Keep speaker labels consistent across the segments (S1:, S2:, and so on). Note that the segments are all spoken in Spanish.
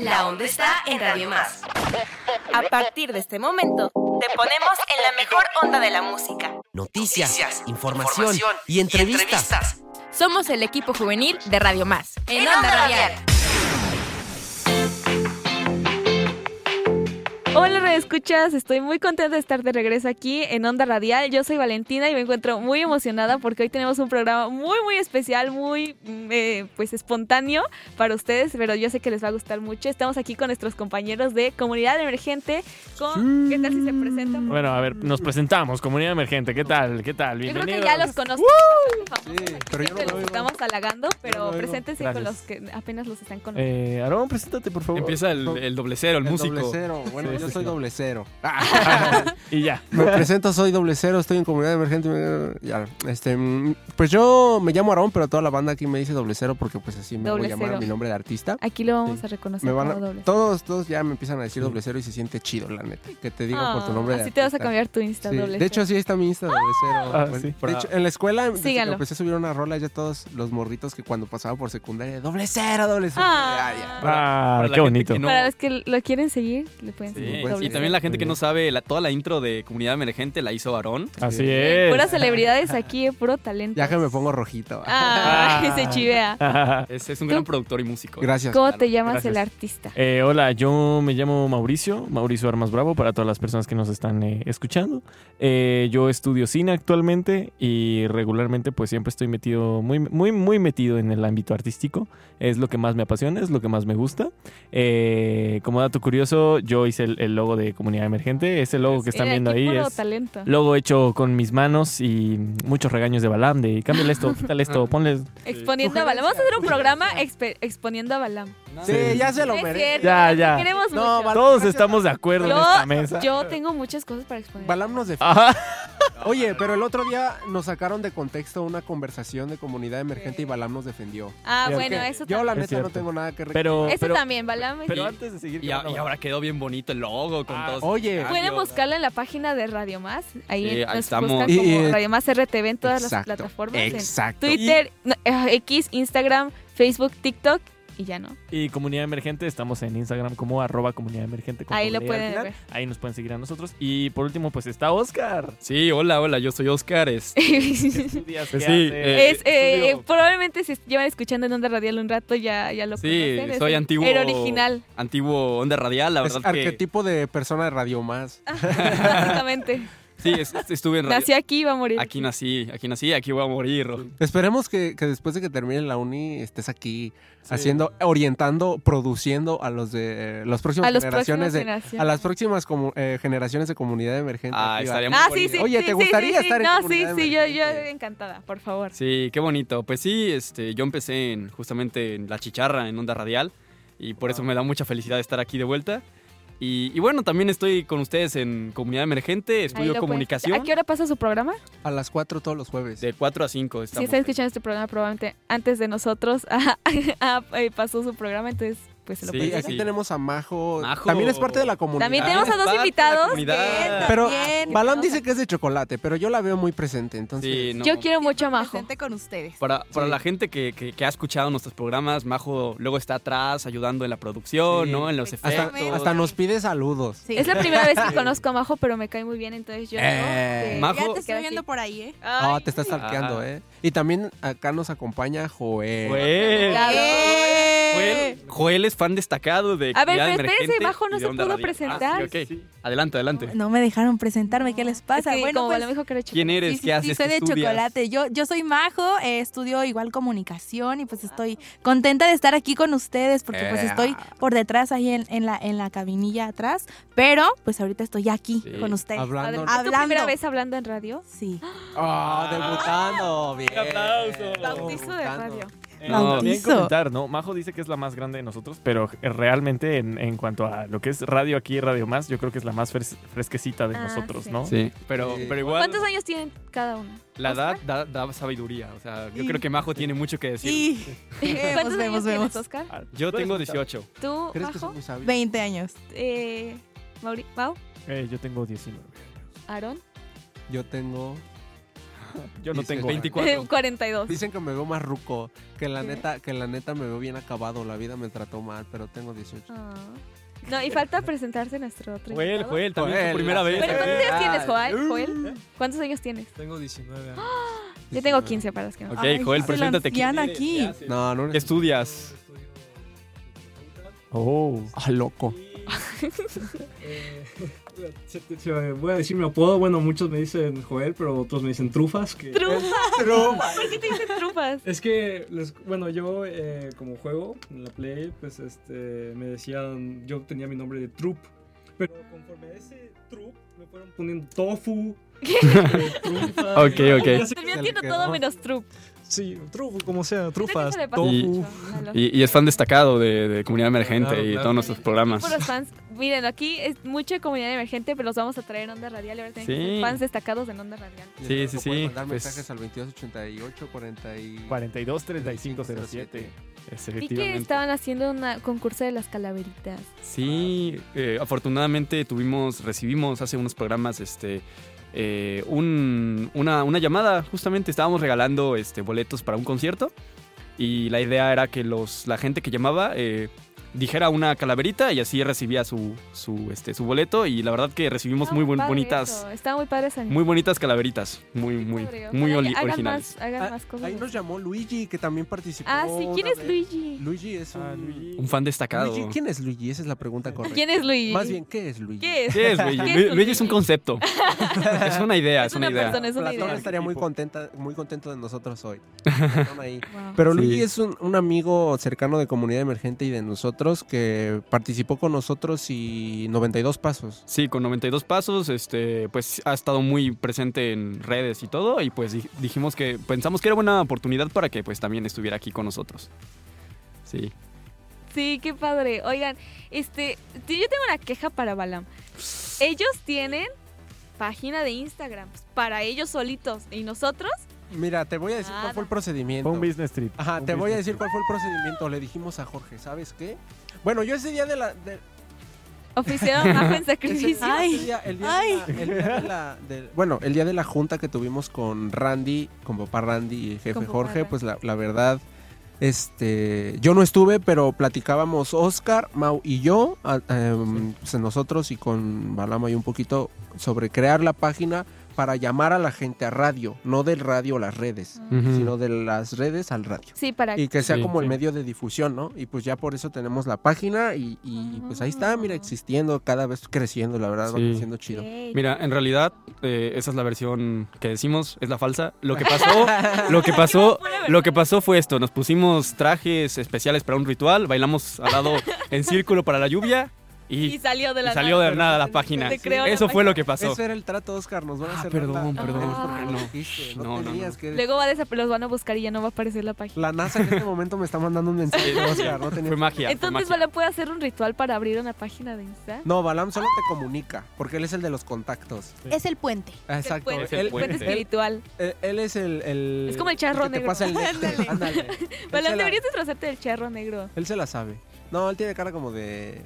S1: La onda está en Radio Más.
S2: A partir de este momento, te ponemos en la mejor onda de la música.
S3: Noticias, información, y entrevistas.
S2: Somos el equipo juvenil de Radio Más.
S1: En Onda Radial.
S4: Hola, ¿me escuchas? Estoy muy contenta de estar de regreso aquí en Onda Radial. Yo soy Valentina y me encuentro muy emocionada porque hoy tenemos un programa muy, muy especial, muy, mm, eh, pues, espontáneo para ustedes, pero yo sé que les va a gustar mucho. Estamos aquí con nuestros compañeros de Comunidad Emergente. Con... ¿Qué tal si se presentan?
S5: Bueno, a ver, nos presentamos, comunidad emergente. ¿Qué tal? ¿Qué tal?
S4: yo creo
S5: Bienvenidos.
S4: que ya los conozco. son famosos
S6: Sí,
S4: aquí,
S6: pero yo
S4: siempre
S6: no lo
S4: los
S6: oigo.
S4: estamos halagando, pero
S6: oigo.
S4: preséntense con los
S5: Gracias.
S4: que apenas los están conociendo.
S5: Eh, Aarón, preséntate, por favor.
S7: Empieza el, el doble cero, el,
S6: El
S7: músico.
S6: Doble cero. Bueno, yo
S5: Sí, sí,
S6: soy
S5: sí.
S6: doble cero.
S5: Y ya.
S6: Me presento, soy doble cero, estoy en comunidad emergente. Ya, este, mm, pues yo me llamo Aarón, pero toda la banda aquí me dice doble cero porque pues así me
S4: Doble
S6: voy a llamar
S4: cero.
S6: mi nombre de artista.
S4: Aquí lo vamos a reconocer
S6: Me van
S4: como doble.
S6: a, todos, todos ya me empiezan a decir doble cero y se siente chido, la neta. Que te digan por tu
S4: Ah,
S6: nombre de
S4: Así te vas a
S6: artista.
S4: cambiar tu Insta
S6: Sí,
S4: doble.
S6: De hecho,
S4: cero.
S6: sí está mi Insta doble cero.
S5: Ah,
S6: Bueno,
S5: sí.
S6: de hecho, en la escuela desde que
S4: Síganlo.
S6: empecé a subir una rola ya todos los morritos que cuando pasaba por secundaria, doble cero, doble cero.
S4: Ah.
S6: Ya, ya.
S5: Ah,
S7: para la
S5: qué
S7: gente
S5: bonito.
S7: que no-
S4: Para los que lo quieren seguir, le pueden
S7: Sí,
S4: seguir.
S6: pues,
S4: doble
S7: Y
S4: cero.
S7: también la gente que
S5: Muy
S7: no sabe, la- toda la intro de Comunidad Emergente la hizo Varón.
S5: Así
S6: Sí.
S5: es.
S4: Puras celebridades aquí, eh, puro talento.
S6: Ya que me pongo rojito.
S4: Ah,
S5: Ah.
S4: se chivea.
S7: Es, es un
S4: ¿Tú?
S7: gran productor y músico.
S6: Gracias.
S4: ¿Cómo te llamas
S5: Gracias.
S4: el artista?
S5: Eh, hola, yo me llamo Mauricio, Mauricio Armas Bravo, para todas las personas que nos están eh, escuchando. Eh, yo estudio cine actualmente y regularmente pues siempre estoy metido, muy, muy, muy metido en el ámbito artístico. Es lo que más me apasiona, es lo que más me gusta. Eh, como dato curioso, yo hice el, el logo de Comunidad Emergente, ese logo que están
S4: Eh,
S5: viendo
S4: aquí
S5: ahí
S4: Puro
S5: es...
S4: talento.
S5: Logo hecho con mis manos y muchos regaños de Balam de cámbiale esto, quítale esto, ponle...
S4: Exponiendo a Balam. Vamos a hacer un programa expe- exponiendo a Balam.
S6: Sí, ya se lo
S4: No es
S6: merece.
S4: cierto,
S5: Ya,
S4: te
S5: ya.
S4: queremos
S6: No,
S4: mucho.
S6: Balam-
S5: Todos estamos de acuerdo en
S4: Yo-
S5: esta mesa.
S4: Yo tengo muchas cosas para exponer.
S6: Balam nos defiende.
S5: Ajá.
S6: Oye, pero el otro día nos sacaron de contexto una conversación de comunidad emergente y Balam nos defendió.
S4: Ah,
S5: Yo-
S4: bueno,
S6: Que
S4: eso
S6: Yo, la
S4: también.
S5: Es
S6: neta, no
S5: cierto.
S6: tengo nada que reclamar.
S5: Pero,
S4: Eso
S5: pero,
S4: también, Balam.
S5: pero
S7: Y-
S5: antes de seguir...
S7: Y,
S5: con
S7: a-
S5: la
S7: y
S5: brava.
S7: ahora quedó bien bonito el logo con
S5: Ah,
S7: todos.
S6: oye.
S4: Pueden buscarlo en la página de Radio Más. Ahí,
S7: Sí, ahí
S4: nos
S7: estamos.
S4: buscan
S6: Y-
S4: como
S6: y-
S4: Radio Más RTV en todas las
S6: Exacto,
S4: plataformas. en
S6: Exacto.
S4: Twitter, no, eh, X, Instagram, Facebook, TikTok y ya no.
S5: Y Comunidad Emergente, estamos en Instagram como arroba Comunidad Emergente. con
S4: Ahí lo
S5: doble E
S4: pueden
S5: al final.
S4: ver.
S5: Ahí nos pueden seguir a nosotros. Y por último, pues está Oscar.
S7: Sí, hola, hola, yo soy Oscar. es-
S4: es,
S5: Estudias,
S7: Sí,
S5: ¿qué
S7: eh,
S5: haces?
S4: eh,
S5: Estudio.
S4: probablemente si llevan escuchando en Onda Radial un rato ya, ya lo
S7: Sí,
S4: conocen. es
S7: soy
S4: el-
S7: antiguo.
S4: Era original,
S7: Antiguo Onda Radial, la
S6: es
S7: verdad que.
S6: arquetipo de persona de Radio Más.
S4: básicamente.
S7: Sí, es- estuve en radio.
S4: Ah, Nací aquí y va a morir.
S7: Aquí nací, aquí nací, aquí voy a morir.
S6: Esperemos que, que después de que termine la uni estés aquí haciendo, orientando, produciendo a los de eh, las próximas
S4: a los
S6: generaciones
S4: próximos
S6: de,
S4: generaciones.
S6: a las próximas comu- eh, generaciones de comunidad emergente.
S7: Ah,
S6: activa.
S7: estaría muy
S4: Ah, sí,
S7: bonito.
S4: sí.
S6: Oye,
S4: sí,
S6: ¿te
S4: sí,
S6: gustaría
S4: sí, sí.
S6: estar en
S4: No, sí,
S6: comunidad
S4: sí, yo, yo
S6: emergente?
S4: encantada, por favor.
S7: Sí, qué bonito. Pues sí, este, yo empecé en, justamente en La Chicharra, en Onda Radial, y por eso me da mucha felicidad estar aquí de vuelta. Y, y bueno, también estoy con ustedes en Comunidad Emergente,
S4: Ahí lo
S7: estudio
S4: pueden- ¿A
S7: comunicación,
S4: qué hora pasa su programa?
S6: A las 4 todos los jueves.
S7: de 4 a 5.
S4: Si están escuchando este programa probablemente antes de nosotros ah, ah, eh, pasó su programa, entonces pues se lo
S7: Sí,
S6: Y
S4: pueden
S6: aquí
S7: sí.
S6: tenemos a Majo.
S7: Majo.
S6: También es parte de la comunidad.
S4: También tenemos a
S7: Es Ah, parte
S4: dos
S7: de la
S4: invitados. que
S7: comunidad.
S4: también
S6: Pero Balam
S4: nos
S6: dice que es de chocolate, pero yo la veo muy presente, entonces.
S7: Sí, no.
S4: Yo quiero mucho a Majo.
S2: Presente con ustedes.
S7: Para, para
S6: Sí.
S7: la gente que, que- que ha escuchado nuestros programas, Majo luego está atrás ayudando en la producción,
S6: Sí.
S7: ¿no? En los
S6: Hasta,
S7: efectos.
S2: Perfecto.
S6: hasta nos pide saludos.
S2: Sí.
S4: Es la primera vez que conozco a Majo, pero me cae muy bien, entonces yo...
S6: Eh,
S4: digo que-
S7: Majo- Majo-
S2: Ya te
S4: Queda
S2: estoy
S4: aquí.
S2: viendo por ahí, ¿eh?
S4: Ay,
S6: Ah, te estás salqueando,
S7: Ah.
S6: ¿eh? Y también acá nos acompaña Joel.
S7: Joel.
S4: claro.
S7: Joel, Joel es fan destacado de
S4: A ver,
S7: Comunidad
S4: pero espérense,
S7: Emergente
S4: Majo no
S7: y de
S4: se
S7: Onda
S4: pudo
S7: Radial. Ah, sí,
S4: presentar.
S7: ok. Adelante, adelante.
S2: No me dejaron presentarme, ¿qué les pasa?
S4: Es que
S2: bueno,
S4: como
S2: pues,
S4: Balam dijo que era
S7: ¿Quién
S4: chico.
S7: eres?
S2: sí, sí,
S7: ¿Qué haces?
S2: sí, soy
S7: ¿Qué
S2: de
S7: estudias?
S2: chocolate. Yo, yo soy Majo, eh, estudio igual comunicación y pues estoy contenta de estar aquí con ustedes porque pues
S6: Eh.
S2: estoy por detrás ahí en, en la, en la cabinilla atrás, pero pues ahorita estoy aquí
S7: Sí.
S2: con ustedes.
S6: Hablando.
S4: Adel- ¿Es tu
S2: Hablando.
S4: primera vez hablando en radio?
S2: Sí.
S6: Ah, debutando. Bien.
S5: aplauso.
S4: Bautizo de
S6: Debutando.
S4: radio.
S5: Eh, No, también
S2: Bautizo.
S5: comentar, ¿no? Majo dice que es la más grande de nosotros, pero eh, realmente en, en cuanto a lo que es radio aquí, Radio Más, yo creo que es la más fres- fresquecita de
S4: Ah,
S5: nosotros,
S4: sí.
S5: ¿no?
S7: Sí, pero,
S6: Sí.
S7: pero igual.
S4: ¿Cuántos años tienen cada uno?
S7: La edad da, da sabiduría. O sea, yo
S2: Y-
S7: creo que Majo tiene mucho que decir.
S2: Y
S4: ¿Cuántos años
S2: Eh, vemos,
S4: tienes,
S2: vemos.
S4: Oscar?
S5: Ah,
S7: Yo
S5: tú eres
S7: tengo
S5: muy chavo.
S7: 18.
S4: ¿Tú,
S6: ¿Crees que soy
S4: Majo?
S6: muy sabio?
S2: 20 años.
S4: Eh, Mauri, Mau,
S5: Eh, yo tengo 19.
S4: Aarón.
S6: Yo tengo
S5: Yo no
S6: Dice-
S5: tengo.
S7: 24.
S4: 42.
S6: Dicen que me veo más ruco, que la neta, que la neta me veo bien acabado, la vida me trató mal, pero tengo 18.
S4: Ah. No, y falta presentarse nuestro otro
S7: Joel,
S4: invitado.
S7: Joel, también es
S6: Joel,
S7: tu primera vez.
S4: ¿Pero cuántos
S7: Eh.
S4: años tienes, Joel? Joel? ¿Cuántos años tienes?
S8: Tengo 19 años.
S4: Yo tengo 15 para las que no.
S7: Ok, Joel, preséntate.
S2: aquí.
S7: ¿Quién eres?
S2: aquí.
S7: ¿Qué haces?
S6: No, no
S7: ¿Qué
S6: eres
S7: estudias?
S8: Estudio,
S5: Oh.
S6: ah, loco.
S8: eh, se- se- se- Eh, voy a decir mi apodo. Bueno, muchos me dicen Joel, pero otros me dicen Trufas. Que
S4: ¡Trufas! ¿Por qué te dicen trufas?
S8: Es que, les- bueno, yo eh, como juego en la Play, pues este, me decían, yo tenía mi nombre de Troop, pero conforme a ese Troop me fueron poniendo Tofu, eh, Trufas,
S7: Ok, ok.
S4: El mío tiene todo menos trup.
S8: sí, Trufu, como sea,
S4: Creo que
S8: Trufas,
S4: eso le pasa
S8: Tofu.
S4: mucho a los-
S7: Y, y es fan destacado de, de Comunidad Emergente
S8: Claro,
S7: y
S8: claro.
S7: todos nuestros programas.
S4: Puros fans. Miren, aquí es mucha comunidad emergente, pero los vamos a traer en Onda Radial. Y ahora tienen que
S7: Sí.
S4: ser fans destacados en Onda Radial.
S7: Sí, sí, sí,
S6: Pueden Mandar
S7: pues-
S6: mensajes al 2288 40 y...
S5: 42 35 07.
S7: Es
S4: Vi que
S7: efectivamente.
S4: estaban haciendo un concurso de las calaveritas.
S7: Sí, eh, afortunadamente tuvimos, recibimos hace unos programas este, eh, un- una, una llamada, justamente estábamos regalando este, boletos para un concierto y la idea era que los, la gente que llamaba eh, dijera una calaverita y así recibía su, su, este, su boleto y la verdad que recibimos
S4: Estaba
S7: muy buen-
S4: padre
S7: bonitas,
S4: eso, Estaba muy padre esa
S7: muy bonitas calaveritas, muy, muy,
S4: Padre, ojalá
S7: muy
S4: que
S7: oli-
S4: hagan
S7: originales.
S4: Más, hagan
S6: Ah,
S4: más cosas.
S6: Ahí nos llamó Luigi, que también participó.
S4: Ah, sí. ¿Quién
S6: una
S4: es
S6: vez.
S4: Luigi?
S6: Ah, Luigi es un...
S7: Un fan destacado.
S6: Luigi, ¿Quién es Luigi? Esa es la pregunta correcta.
S4: ¿Quién es Luigi?
S6: Más bien, ¿qué es Luigi?
S4: ¿Qué es?
S7: ¿Qué es, Luigi?
S4: ¿Qué es
S7: Lu-
S4: un
S7: Luigi es un
S4: Luigi?
S7: concepto. es una idea, es,
S4: Es una
S7: idea.
S4: persona, es una
S6: Platón
S4: idea.
S6: estaría muy
S5: Tipo.
S6: contenta, muy contento de nosotros hoy. Platón ahí.
S4: Wow.
S6: Pero
S7: Sí.
S6: Luigi es un, un amigo cercano de Comunidad Emergente y de nosotros que participó con nosotros y 92 pasos.
S7: Sí, con 92 pasos, este, pues ha estado muy presente en redes y todo, y pues di- dijimos que pensamos que era buena oportunidad para que pues también estuviera aquí con nosotros. Sí.
S4: Sí, qué padre. Oigan, este, sí, yo tengo una queja para Balam. Ellos tienen página de Instagram para ellos solitos y nosotros
S6: Mira, te voy a decir cuál
S4: Nada.
S6: fue el procedimiento.
S5: Fue un business trip.
S6: Ajá,
S5: Un
S6: te voy a
S5: business
S6: decir cuál fue el procedimiento. Le dijimos a Jorge, ¿sabes qué? Bueno, yo ese día de la... de-
S4: oficiaron bajo en
S6: ese-
S4: sacrificio.
S2: Ay.
S6: ese día- el día de la- el día de la- del- Bueno, el día de la junta que tuvimos con Randy, con papá Randy y el jefe
S4: Con papá
S6: Jorge,
S4: Randy.
S6: pues la, la verdad... Este, yo no estuve, pero platicábamos Oscar, Mau y yo, a- em, pues, nosotros y con Balama y un poquito sobre crear la página para llamar a la gente a radio, no del radio a las redes, sino de las redes al radio.
S4: Sí, para
S6: Y que sea
S5: Sí,
S6: como el
S5: sí.
S6: medio de difusión, ¿no? Y pues ya por eso tenemos la página y, y, pues ahí está, mira,
S4: Ah.
S6: existiendo, cada vez creciendo, la verdad, va
S7: Sí.
S6: creciendo chido.
S4: Ok.
S7: Mira, en realidad, eh, esa es la versión que decimos, es la falsa. Lo que pasó, lo que pasó, lo que pasó fue esto. Nos pusimos trajes especiales para un ritual, bailamos al lado en círculo para la lluvia
S4: y
S7: y,
S4: salió de
S7: y
S4: la
S7: salió
S4: nada.
S7: de nada la página.
S4: Se creó la
S7: Eso fue
S4: página.
S7: lo que pasó.
S6: Ese era el trato, Oscar, nos van a
S7: Ah,
S6: hacer
S7: perdón,
S6: rata.
S7: perdón,
S6: Ah,
S7: no.
S6: dijiste, no,
S7: No, no,
S6: tenías
S7: no.
S6: que...
S4: Luego va a desap- los van a buscar y ya no va a aparecer la página.
S6: La NASA en este momento me está mandando un mensaje, Oscar, no tenía...
S7: Fue magia. fue
S4: Entonces,
S7: magia.
S4: Balam puede hacer un ritual para abrir una página de Insta.
S6: No, Balam solo te comunica, porque él es el de los contactos.
S2: Es el puente.
S6: Ah,
S4: Se
S6: Exacto.
S4: puede-
S7: Es el
S6: Él,
S4: Puente
S7: puente.
S4: espiritual.
S6: él- él es el, el-
S4: Es como el charro
S6: que te
S4: negro.
S6: pasa el néctar.
S2: Ándale.
S6: Ándale. Él se
S4: Balam,
S6: la-
S4: deberías disfrazarte del charro negro.
S6: Él se la sabe. No, él tiene cara como de...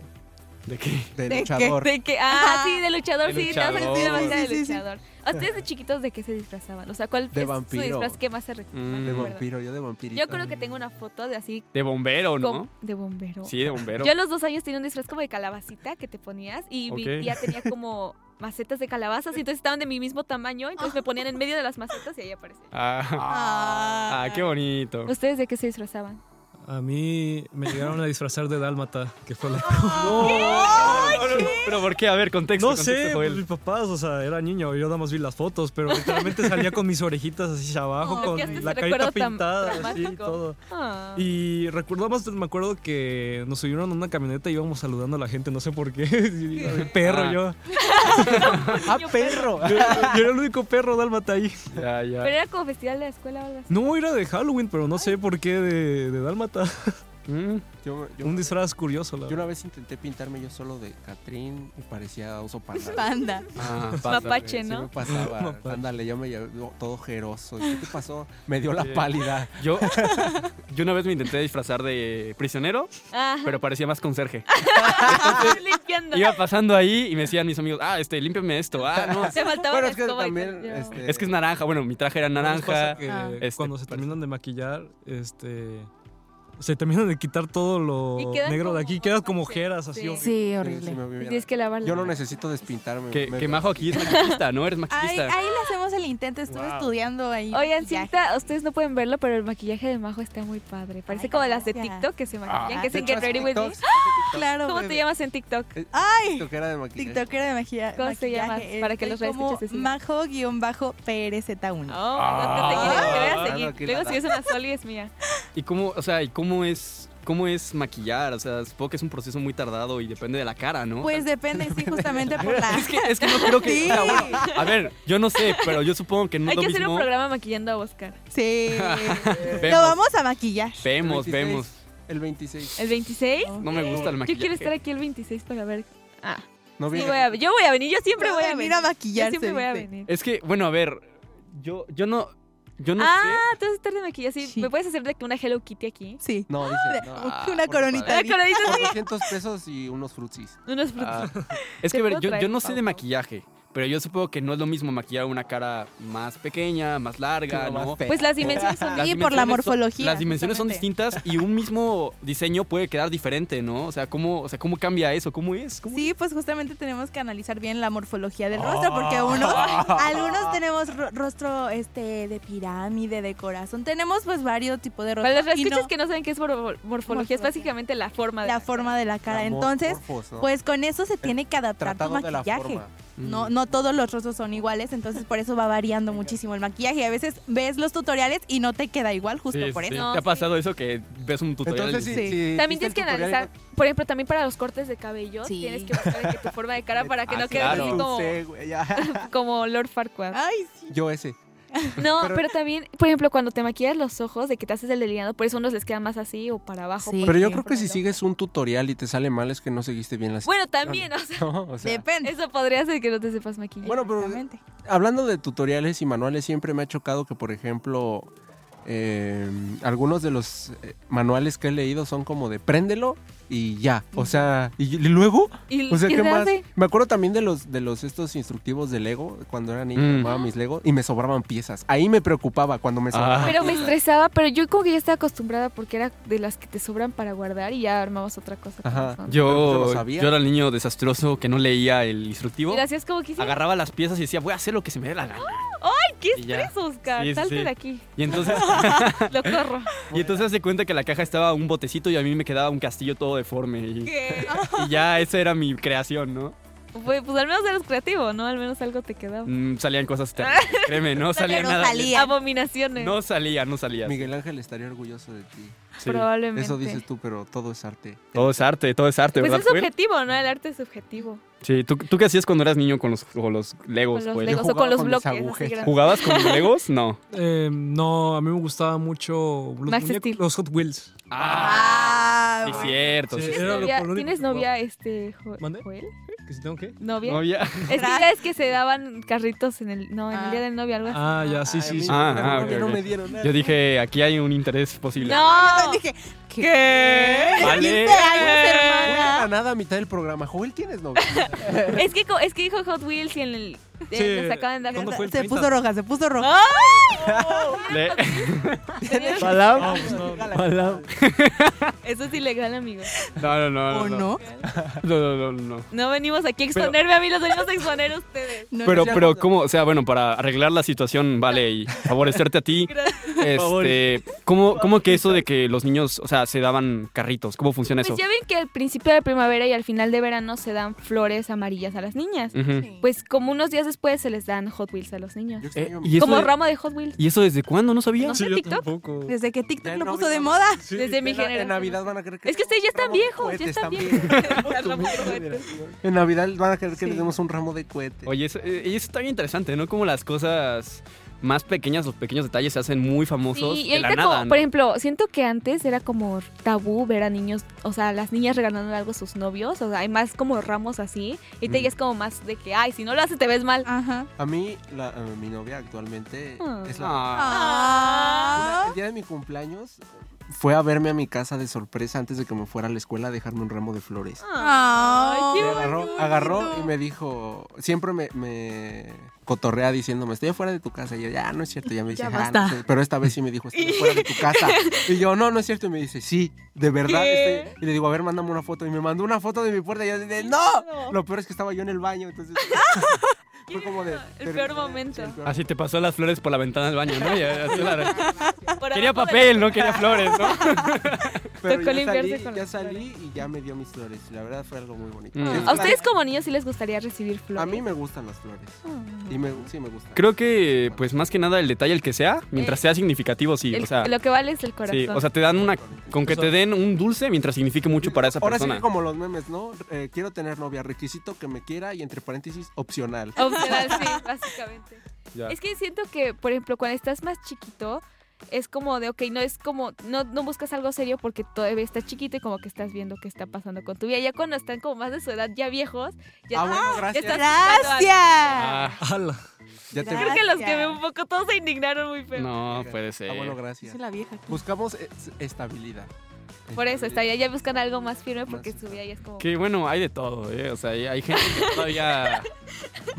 S7: ¿De qué?
S6: De,
S2: qué?
S6: luchador.
S4: De que, ah, sí, de luchador,
S7: De
S4: sí, te vas a vestir
S7: luchador.
S4: de manera de
S6: Sí, sí, sí.
S4: luchador. ¿A ustedes de chiquitos de qué se disfrazaban? O sea, ¿cuál
S6: De
S4: es
S6: vampiro.
S4: su disfraz que más se re-
S7: Mm.
S6: De
S4: recuerda?
S6: vampiro, yo de vampirito.
S4: Yo creo que tengo una foto de así
S7: De bombero, ¿no?
S4: com- de bombero.
S7: Sí, de bombero.
S4: Yo a los dos años tenía un disfraz como de calabacita que te ponías y
S7: Ok.
S4: mi tía tenía como macetas de calabazas y entonces estaban de mi mismo tamaño, entonces me ponían en medio de las macetas y ahí aparecía.
S7: Ah, ah, qué bonito.
S4: ¿Ustedes de qué se disfrazaban?
S8: A mí me llegaron a disfrazar de Dálmata, que fue la...
S7: No, no, no, pero ¿por qué? A ver, contexto.
S8: No
S7: contexto,
S8: sé, pues,
S7: Joel.
S8: mis papás, o sea, era niño, yo nada más vi las fotos, pero literalmente salía con mis orejitas así hacia abajo,
S4: Oh,
S8: con
S4: qué haces
S8: la
S4: ese
S8: carita
S4: recuerdo tan
S8: pintada, así y
S4: dramático.
S8: todo.
S4: Ah.
S8: Y recuerdo más, me acuerdo que nos subieron a una camioneta y íbamos saludando a la gente, no sé por qué. Sí, perro,
S7: Ah.
S8: yo.
S6: ¡Ah, perro!
S8: Yo, yo era el único perro dálmata ahí.
S7: Ya, ya.
S4: Pero era como festival de la escuela o algo así.
S8: No, era de Halloween, pero no sé por qué de, de dálmata.
S7: Mm,
S6: Yo, yo-
S8: Un disfraz curioso, la
S6: yo una vez intenté pintarme yo solo de Catrín y parecía oso panda.
S2: Panda.
S7: ah, pasa,
S4: Mapache,
S6: Sí me
S4: ¿no?
S6: pasaba. Ándale, yo me llevé todo ojeroso. ¿Qué te pasó? Me dio la pálida.
S7: güey. Yo, yo una vez me intenté disfrazar de prisionero,
S4: Ajá.
S7: pero parecía más conserje.
S4: Ah, Limpiando.
S7: Iba pasando ahí y me decían mis amigos, ah, este, límpiame esto, ah, no.
S4: Te faltaba
S6: Bueno,
S4: la
S6: es que
S4: escoba y
S6: también...
S4: todo.
S6: este,
S7: Es que es naranja, bueno, mi traje era
S8: ¿No les pasa
S7: naranja.
S8: que
S2: Ah.
S7: Este,
S8: cuando se
S7: parece-
S8: terminan de maquillar, este. Se terminan de quitar todo lo
S4: Y quedan
S8: negro
S4: como
S8: de aquí, quedas como
S4: opaces,
S8: ojeras así.
S4: sí.
S8: ojo.
S2: Sí,
S6: sí, sí
S2: horrible.
S6: me vi
S4: Y
S6: bien.
S4: Tienes que lavarla.
S6: Yo no necesito despintarme.
S7: Que,
S6: me-
S7: que Majo aquí es maquillista, ¿no? Eres
S2: Ahí,
S7: maquillista.
S2: ahí le hacemos el intento. Estuve
S7: Wow.
S2: estudiando ahí.
S4: Oigan,
S2: maquillaje.
S4: cinta, ustedes no pueden verlo, pero el maquillaje de Majo está muy padre. Parece
S2: Ay,
S4: como las de
S2: gracias.
S4: TikTok que se maquillan,
S2: Ah.
S4: que se
S2: De
S4: Get Ready With Me.
S6: TikToks, Ah,
S2: Claro.
S4: ¿Cómo te
S2: bebé.
S4: llamas en TikTok?
S2: Ay,
S6: TikTokera de maquillaje.
S2: TikTokera de magia.
S4: ¿Cómo te llamas?
S2: maquillaje.
S4: Para que los
S2: Estoy
S4: redes
S2: como
S4: te sigan.
S2: Majo-PRZ1.
S4: Oh, no te seguiré, te voy
S6: Ah,
S4: a seguir.
S6: no, que
S4: Luego
S6: nada.
S4: si es una soli es mía.
S7: ¿Y cómo, o sea, y cómo es, cómo es maquillar? O sea, supongo que es un proceso muy tardado y depende de la cara, ¿no?
S2: Pues depende, sí, justamente por la.
S7: es que, es que no creo que.
S2: Sí.
S7: o sea, bueno, a ver, yo no sé, pero yo supongo que no es
S4: Hay
S7: lo
S4: que hacer un
S7: mismo.
S4: programa maquillando a Oscar.
S2: Sí. Lo
S7: Vemos.
S2: vamos a maquillar.
S7: Vemos,
S6: 26.
S7: vemos.
S6: El 26.
S4: ¿El 26?
S7: No me gusta el
S4: Yo
S7: maquillaje.
S4: quiero estar aquí el 26 para ver. Ah,
S6: No
S4: sí
S6: viene.
S4: voy a- yo voy a venir, yo siempre voy a venir.
S2: venir a maquillarse.
S4: Yo siempre voy a
S2: dice.
S4: venir.
S7: Es que, bueno, a ver, yo, yo no. Yo no
S4: Ah, tú vas a estar de maquillaje. sí.
S2: Sí.
S4: ¿Me puedes hacer de que una Hello Kitty aquí?
S2: Sí.
S6: No, dice. No.
S7: Ah,
S2: Una
S6: por
S2: coronita.
S4: La
S2: di-
S4: coronita
S6: Por
S4: así,
S6: 200 pesos y unos frutsis.
S4: Unos
S7: sé.
S4: frutos.
S7: Ah, es que, a
S4: ¿Te
S7: ver,
S4: puedo
S7: yo,
S4: traer
S7: yo no
S4: un
S7: sé de
S4: pavo?
S7: maquillaje, pero yo supongo que no es lo mismo maquillar una cara más pequeña, más larga,
S6: Más
S7: ¿no?
S6: fea.
S4: Pues las dimensiones son.
S7: Las
S2: Sí, por la
S7: dimensiones son-
S2: morfología,
S7: las dimensiones son
S2: justamente.
S7: distintas y un mismo diseño puede quedar diferente, ¿no? O sea, ¿cómo, o sea, ¿cómo cambia eso? ¿Cómo es? ¿Cómo-
S2: Sí, pues justamente tenemos que analizar bien la morfología del rostro, porque unos, algunos tenemos ro- rostro este de pirámide, de corazón. Tenemos pues varios tipos de rostro.
S4: Para los
S2: y
S4: escuchas
S2: no
S4: que no saben qué es mor- mor- morfología, es
S2: Morfología.
S4: básicamente la forma de.
S2: la forma de la cara.
S6: Mor-
S2: Entonces,
S6: morfos, ¿no?
S2: pues con eso se tiene que adaptar tu
S6: Tratado de la
S2: maquillaje.
S6: forma.
S2: No, no todos los rostros son iguales, entonces por eso va variando muchísimo el maquillaje. A veces ves los tutoriales y no te queda igual, justo
S7: Sí,
S2: por
S7: sí.
S2: eso.
S4: No,
S7: ¿Te ha
S4: sí.
S7: pasado eso que ves un tutorial?
S6: Entonces, sí,
S2: Sí.
S6: sí,
S4: También
S6: viste
S4: tienes que
S6: el tutorial
S4: analizar, por ejemplo, también para los cortes de cabello,
S2: Sí.
S4: tienes que buscar de que tu forma de cara para que
S7: Ah,
S4: no quede
S7: claro.
S4: así
S6: Yo
S4: como,
S6: sé, güey, ya.
S4: como Lord Farquaad.
S2: Ay, sí.
S6: Yo ese.
S4: No, pero,
S6: Pero-
S4: también, por ejemplo, cuando te maquillas los ojos, de que te haces el delineado, por eso unos les queda más así o para abajo.
S2: Sí.
S4: por
S6: Pero yo
S4: ejemplo,
S6: creo que si
S4: ¿no?
S6: sigues un tutorial y te sale mal es que no seguiste bien las
S4: Bueno, también, o sea,
S6: No, o sea,
S2: Depende.
S4: eso podría ser que no te sepas maquillar.
S6: Ah. Bueno, pero
S2: Exactamente.
S6: hablando de tutoriales y manuales, siempre me ha chocado que, por ejemplo, eh, algunos de los eh, manuales que he leído son como de préndelo y ya. O sea, y, y luego,
S4: ¿Y,
S6: o sea,
S4: y
S6: ¿qué
S4: se
S6: más?
S4: hace?
S6: Me acuerdo también de los de los estos instructivos de Lego, cuando era niño,
S7: Mm.
S6: armaba mis Lego y me sobraban piezas. Ahí me preocupaba cuando me sobraban.
S4: Pero me estresaba, pero yo como que ya estaba acostumbrada porque era de las que te sobran para guardar y ya armabas otra cosa. con
S6: Ajá.
S4: eso, ¿no?
S6: Pero yo
S7: Yo,
S6: lo sabía.
S7: yo era el niño desastroso que no leía el instructivo.
S4: Mira, así es como que hice,
S7: Agarraba las piezas y decía, voy a hacer lo que se me dé la gana.
S4: ¿qué
S7: y ya.
S4: estrés, Oscar?
S7: Sí, sí,
S4: Salte
S7: sí.
S4: de aquí,
S7: Y entonces,
S4: lo corro.
S7: y entonces se cuenta que la caja estaba un botecito y a mí me quedaba un castillo todo deforme. Y,
S4: ¿Qué?
S7: y ya esa era mi creación, ¿no?
S4: Pues, pues al menos eres creativo, ¿no? Al menos algo te quedaba.
S7: Mm, salían cosas terribles. Créeme, no salía
S2: no
S7: nada. bien.
S2: salía.
S4: Abominaciones.
S7: No salía, no salía.
S6: Miguel Ángel estaría orgulloso de ti.
S7: Sí.
S4: probablemente.
S6: Eso dices tú, pero todo es arte.
S7: Todo es arte, todo es arte,
S4: Pues
S7: ¿verdad?
S4: es
S7: Joel?
S4: subjetivo, ¿no? El arte es subjetivo.
S7: Sí, ¿tú, tú qué hacías cuando eras niño con los, con los Legos,
S4: Con los
S7: Joel?
S4: legos o
S6: jugaba
S4: con los
S6: con mis
S4: bloques. así
S6: agujetas.
S4: grandes.
S7: ¿Jugabas con los Legos? No.
S8: Eh, no, a mí me gustaba mucho los,
S4: Max
S8: muñecos-
S4: Steel.
S8: los Hot Wheels.
S2: Ah,
S7: Sí, cierto.
S8: Sí,
S7: sí,
S8: era
S4: ¿Tienes
S8: lo-
S4: novia,
S8: por lo único
S4: ¿tienes
S8: que jugaba.
S4: novia, este, Jo-
S8: ¿Mande?
S4: Joel?
S8: ¿Que si tengo que?
S4: ¿Novia?
S7: No había-
S4: Es que ya es que se daban carritos en el, no, en el
S2: Ah.
S4: día del novio, algo así.
S8: Ah, ya, sí,
S6: Ay, a
S8: sí,
S6: mí
S8: sí.
S7: Ah, ah,
S6: no,
S7: ok,
S6: no
S7: ok.
S6: me dieron nada.
S7: Yo dije, aquí hay un interés posible.
S4: ¡No!
S2: Dije, ¿qué?
S7: Vale.
S6: Fue a nada a mitad del programa. Joel, ¿tienes novia?
S4: Es que, co- es que dijo Hot Wheels y en el... eh, nos acaban de dar
S8: ¿Cuándo
S4: cuenta.
S8: fue el
S2: Se
S8: 30?
S2: puso roja, se puso roja.
S7: Le-
S8: Ah, pues no.
S4: Eso es ilegal, amigo.
S7: No, no, no.
S2: ¿O no?
S7: No, no, no, no.
S4: No venimos aquí a exponerme a mí, los venimos a exponer a ustedes.
S2: No,
S7: Pero,
S2: no.
S7: pero, ¿cómo? O sea, bueno, para arreglar la situación, vale, y favorecerte a ti.
S4: Gracias.
S7: Este, ¿cómo, ¿Cómo que eso de que los niños, o sea, se daban carritos? ¿Cómo funciona eso?
S4: Pues ya ven que al principio de primavera y al final de verano se dan flores amarillas a las niñas.
S7: Ujú.
S4: Pues como unos días después se les dan Hot Wheels a los niños.
S6: Yo
S7: Eh,
S6: extraño
S7: ¿y, eso
S4: Como
S7: de-
S4: ramo de Hot Wheels.
S7: ¿Y eso desde cuándo? ¿No sabía?
S4: No sé,
S8: Sí, yo
S4: TikTok.
S8: tampoco.
S2: Desde que TikTok
S6: Ya
S2: lo
S6: no
S2: puso de
S6: había-
S2: moda.
S8: Sí.
S4: Desde mi
S6: En na- En
S4: generación.
S6: Navidad van a creer que...
S4: Es que ustedes ya están
S6: Ramo de
S4: viejos, ya
S6: cohetes
S4: están
S6: también.
S4: viejos. Ramo de cohetes.
S6: En Navidad van a creer que
S2: Sí.
S6: le demos un ramo de cohetes.
S7: Oye, eso, eh, eso está bien interesante, ¿no? Como las cosas más pequeñas, los pequeños detalles se hacen muy famosos
S4: Sí, y
S7: de la
S4: ahorita
S7: nada.
S4: como,
S7: ¿no?
S4: por ejemplo, siento que antes era como tabú ver a niños, o sea, las niñas regalando algo a sus novios, o sea, hay más como ramos así, y te
S6: Mm.
S4: ya es como más de que, ay, si no lo haces te ves mal.
S2: Ajá.
S6: A mí, la- eh, mi novia actualmente
S4: Ah.
S6: es la
S7: Ah,
S6: El día de mi cumpleaños fue a verme a mi casa de sorpresa antes de que me fuera a la escuela a dejarme un ramo de flores.
S2: Ah.
S4: Ay, qué
S2: Ay,
S6: Me
S2: bonito.
S6: agarró, agarró y me dijo, siempre me, me cotorrea diciéndome, estoy afuera de tu casa. Y yo, ya, no es cierto. Ya me dice,
S4: Ya
S6: "Ah, no
S4: basta.
S6: sé". pero esta vez sí me dijo, estoy afuera de tu casa. Y yo, no, no es cierto. Y me dice, sí, de verdad.
S4: ¿Qué?
S6: estoy-". Y le digo, a ver, mándame una foto. Y me mandó una foto de mi puerta. Y yo, de, no. Lo peor es que estaba yo en el baño. Entonces, fue como de...
S4: El peor
S6: terminé-
S4: momento.
S6: sí, el peor
S7: así te pasó las flores por la ventana del baño, ¿no? Y así la-
S4: Por
S7: Quería
S4: abajo de
S7: papel, no quería flores, ¿no?
S6: Pero
S4: Tocó
S6: ya
S4: limpiarse
S6: salí,
S4: con
S6: ya
S4: las
S6: salí y ya me dio mis flores. La verdad fue algo muy bonito.
S7: Mm.
S6: Sí,
S4: la- ¿A ustedes como niños sí les gustaría recibir flores?
S6: A mí me gustan las flores.
S4: Ah.
S6: Y me, sí me gustan.
S7: Creo que, pues más que nada, el detalle, el que sea, mientras sea significativo, sí.
S4: Eh. El-
S7: o sea,
S4: lo que vale es el corazón.
S7: sí, o sea, te dan una. Con que te den un dulce mientras signifique mucho para esa
S6: Ahora sí
S7: persona.
S6: que como los memes, ¿no? Eh, quiero tener novia, requisito que me quiera y entre paréntesis, opcional.
S4: Oh, Opcional, sí, básicamente.
S7: Ya.
S4: Es que siento que, por ejemplo, cuando estás más chiquito, es como de, ok, no es como, no, no buscas algo serio porque todavía estás chiquito y como que estás viendo qué está pasando con tu vida. Ya cuando están como más de su edad, ya viejos, ya,
S6: Ah, bueno,
S4: ya
S6: gracias.
S4: estás buscando algo.
S2: Gracias.
S7: Ah,
S9: ¡Hala!
S6: Ya te
S4: Yo creo que los que
S2: Gracias.
S4: me un poco todos se indignaron muy feo.
S7: no, puede ser.
S6: Ah, bueno, gracias.
S2: Dice la vieja.
S6: Buscamos es- estabilidad.
S4: Por eso, está ya, ya buscan algo más firme porque
S6: Más
S4: su vida ya es como...
S7: Que bueno, hay de todo, ¿eh? O sea, hay, hay gente que todavía,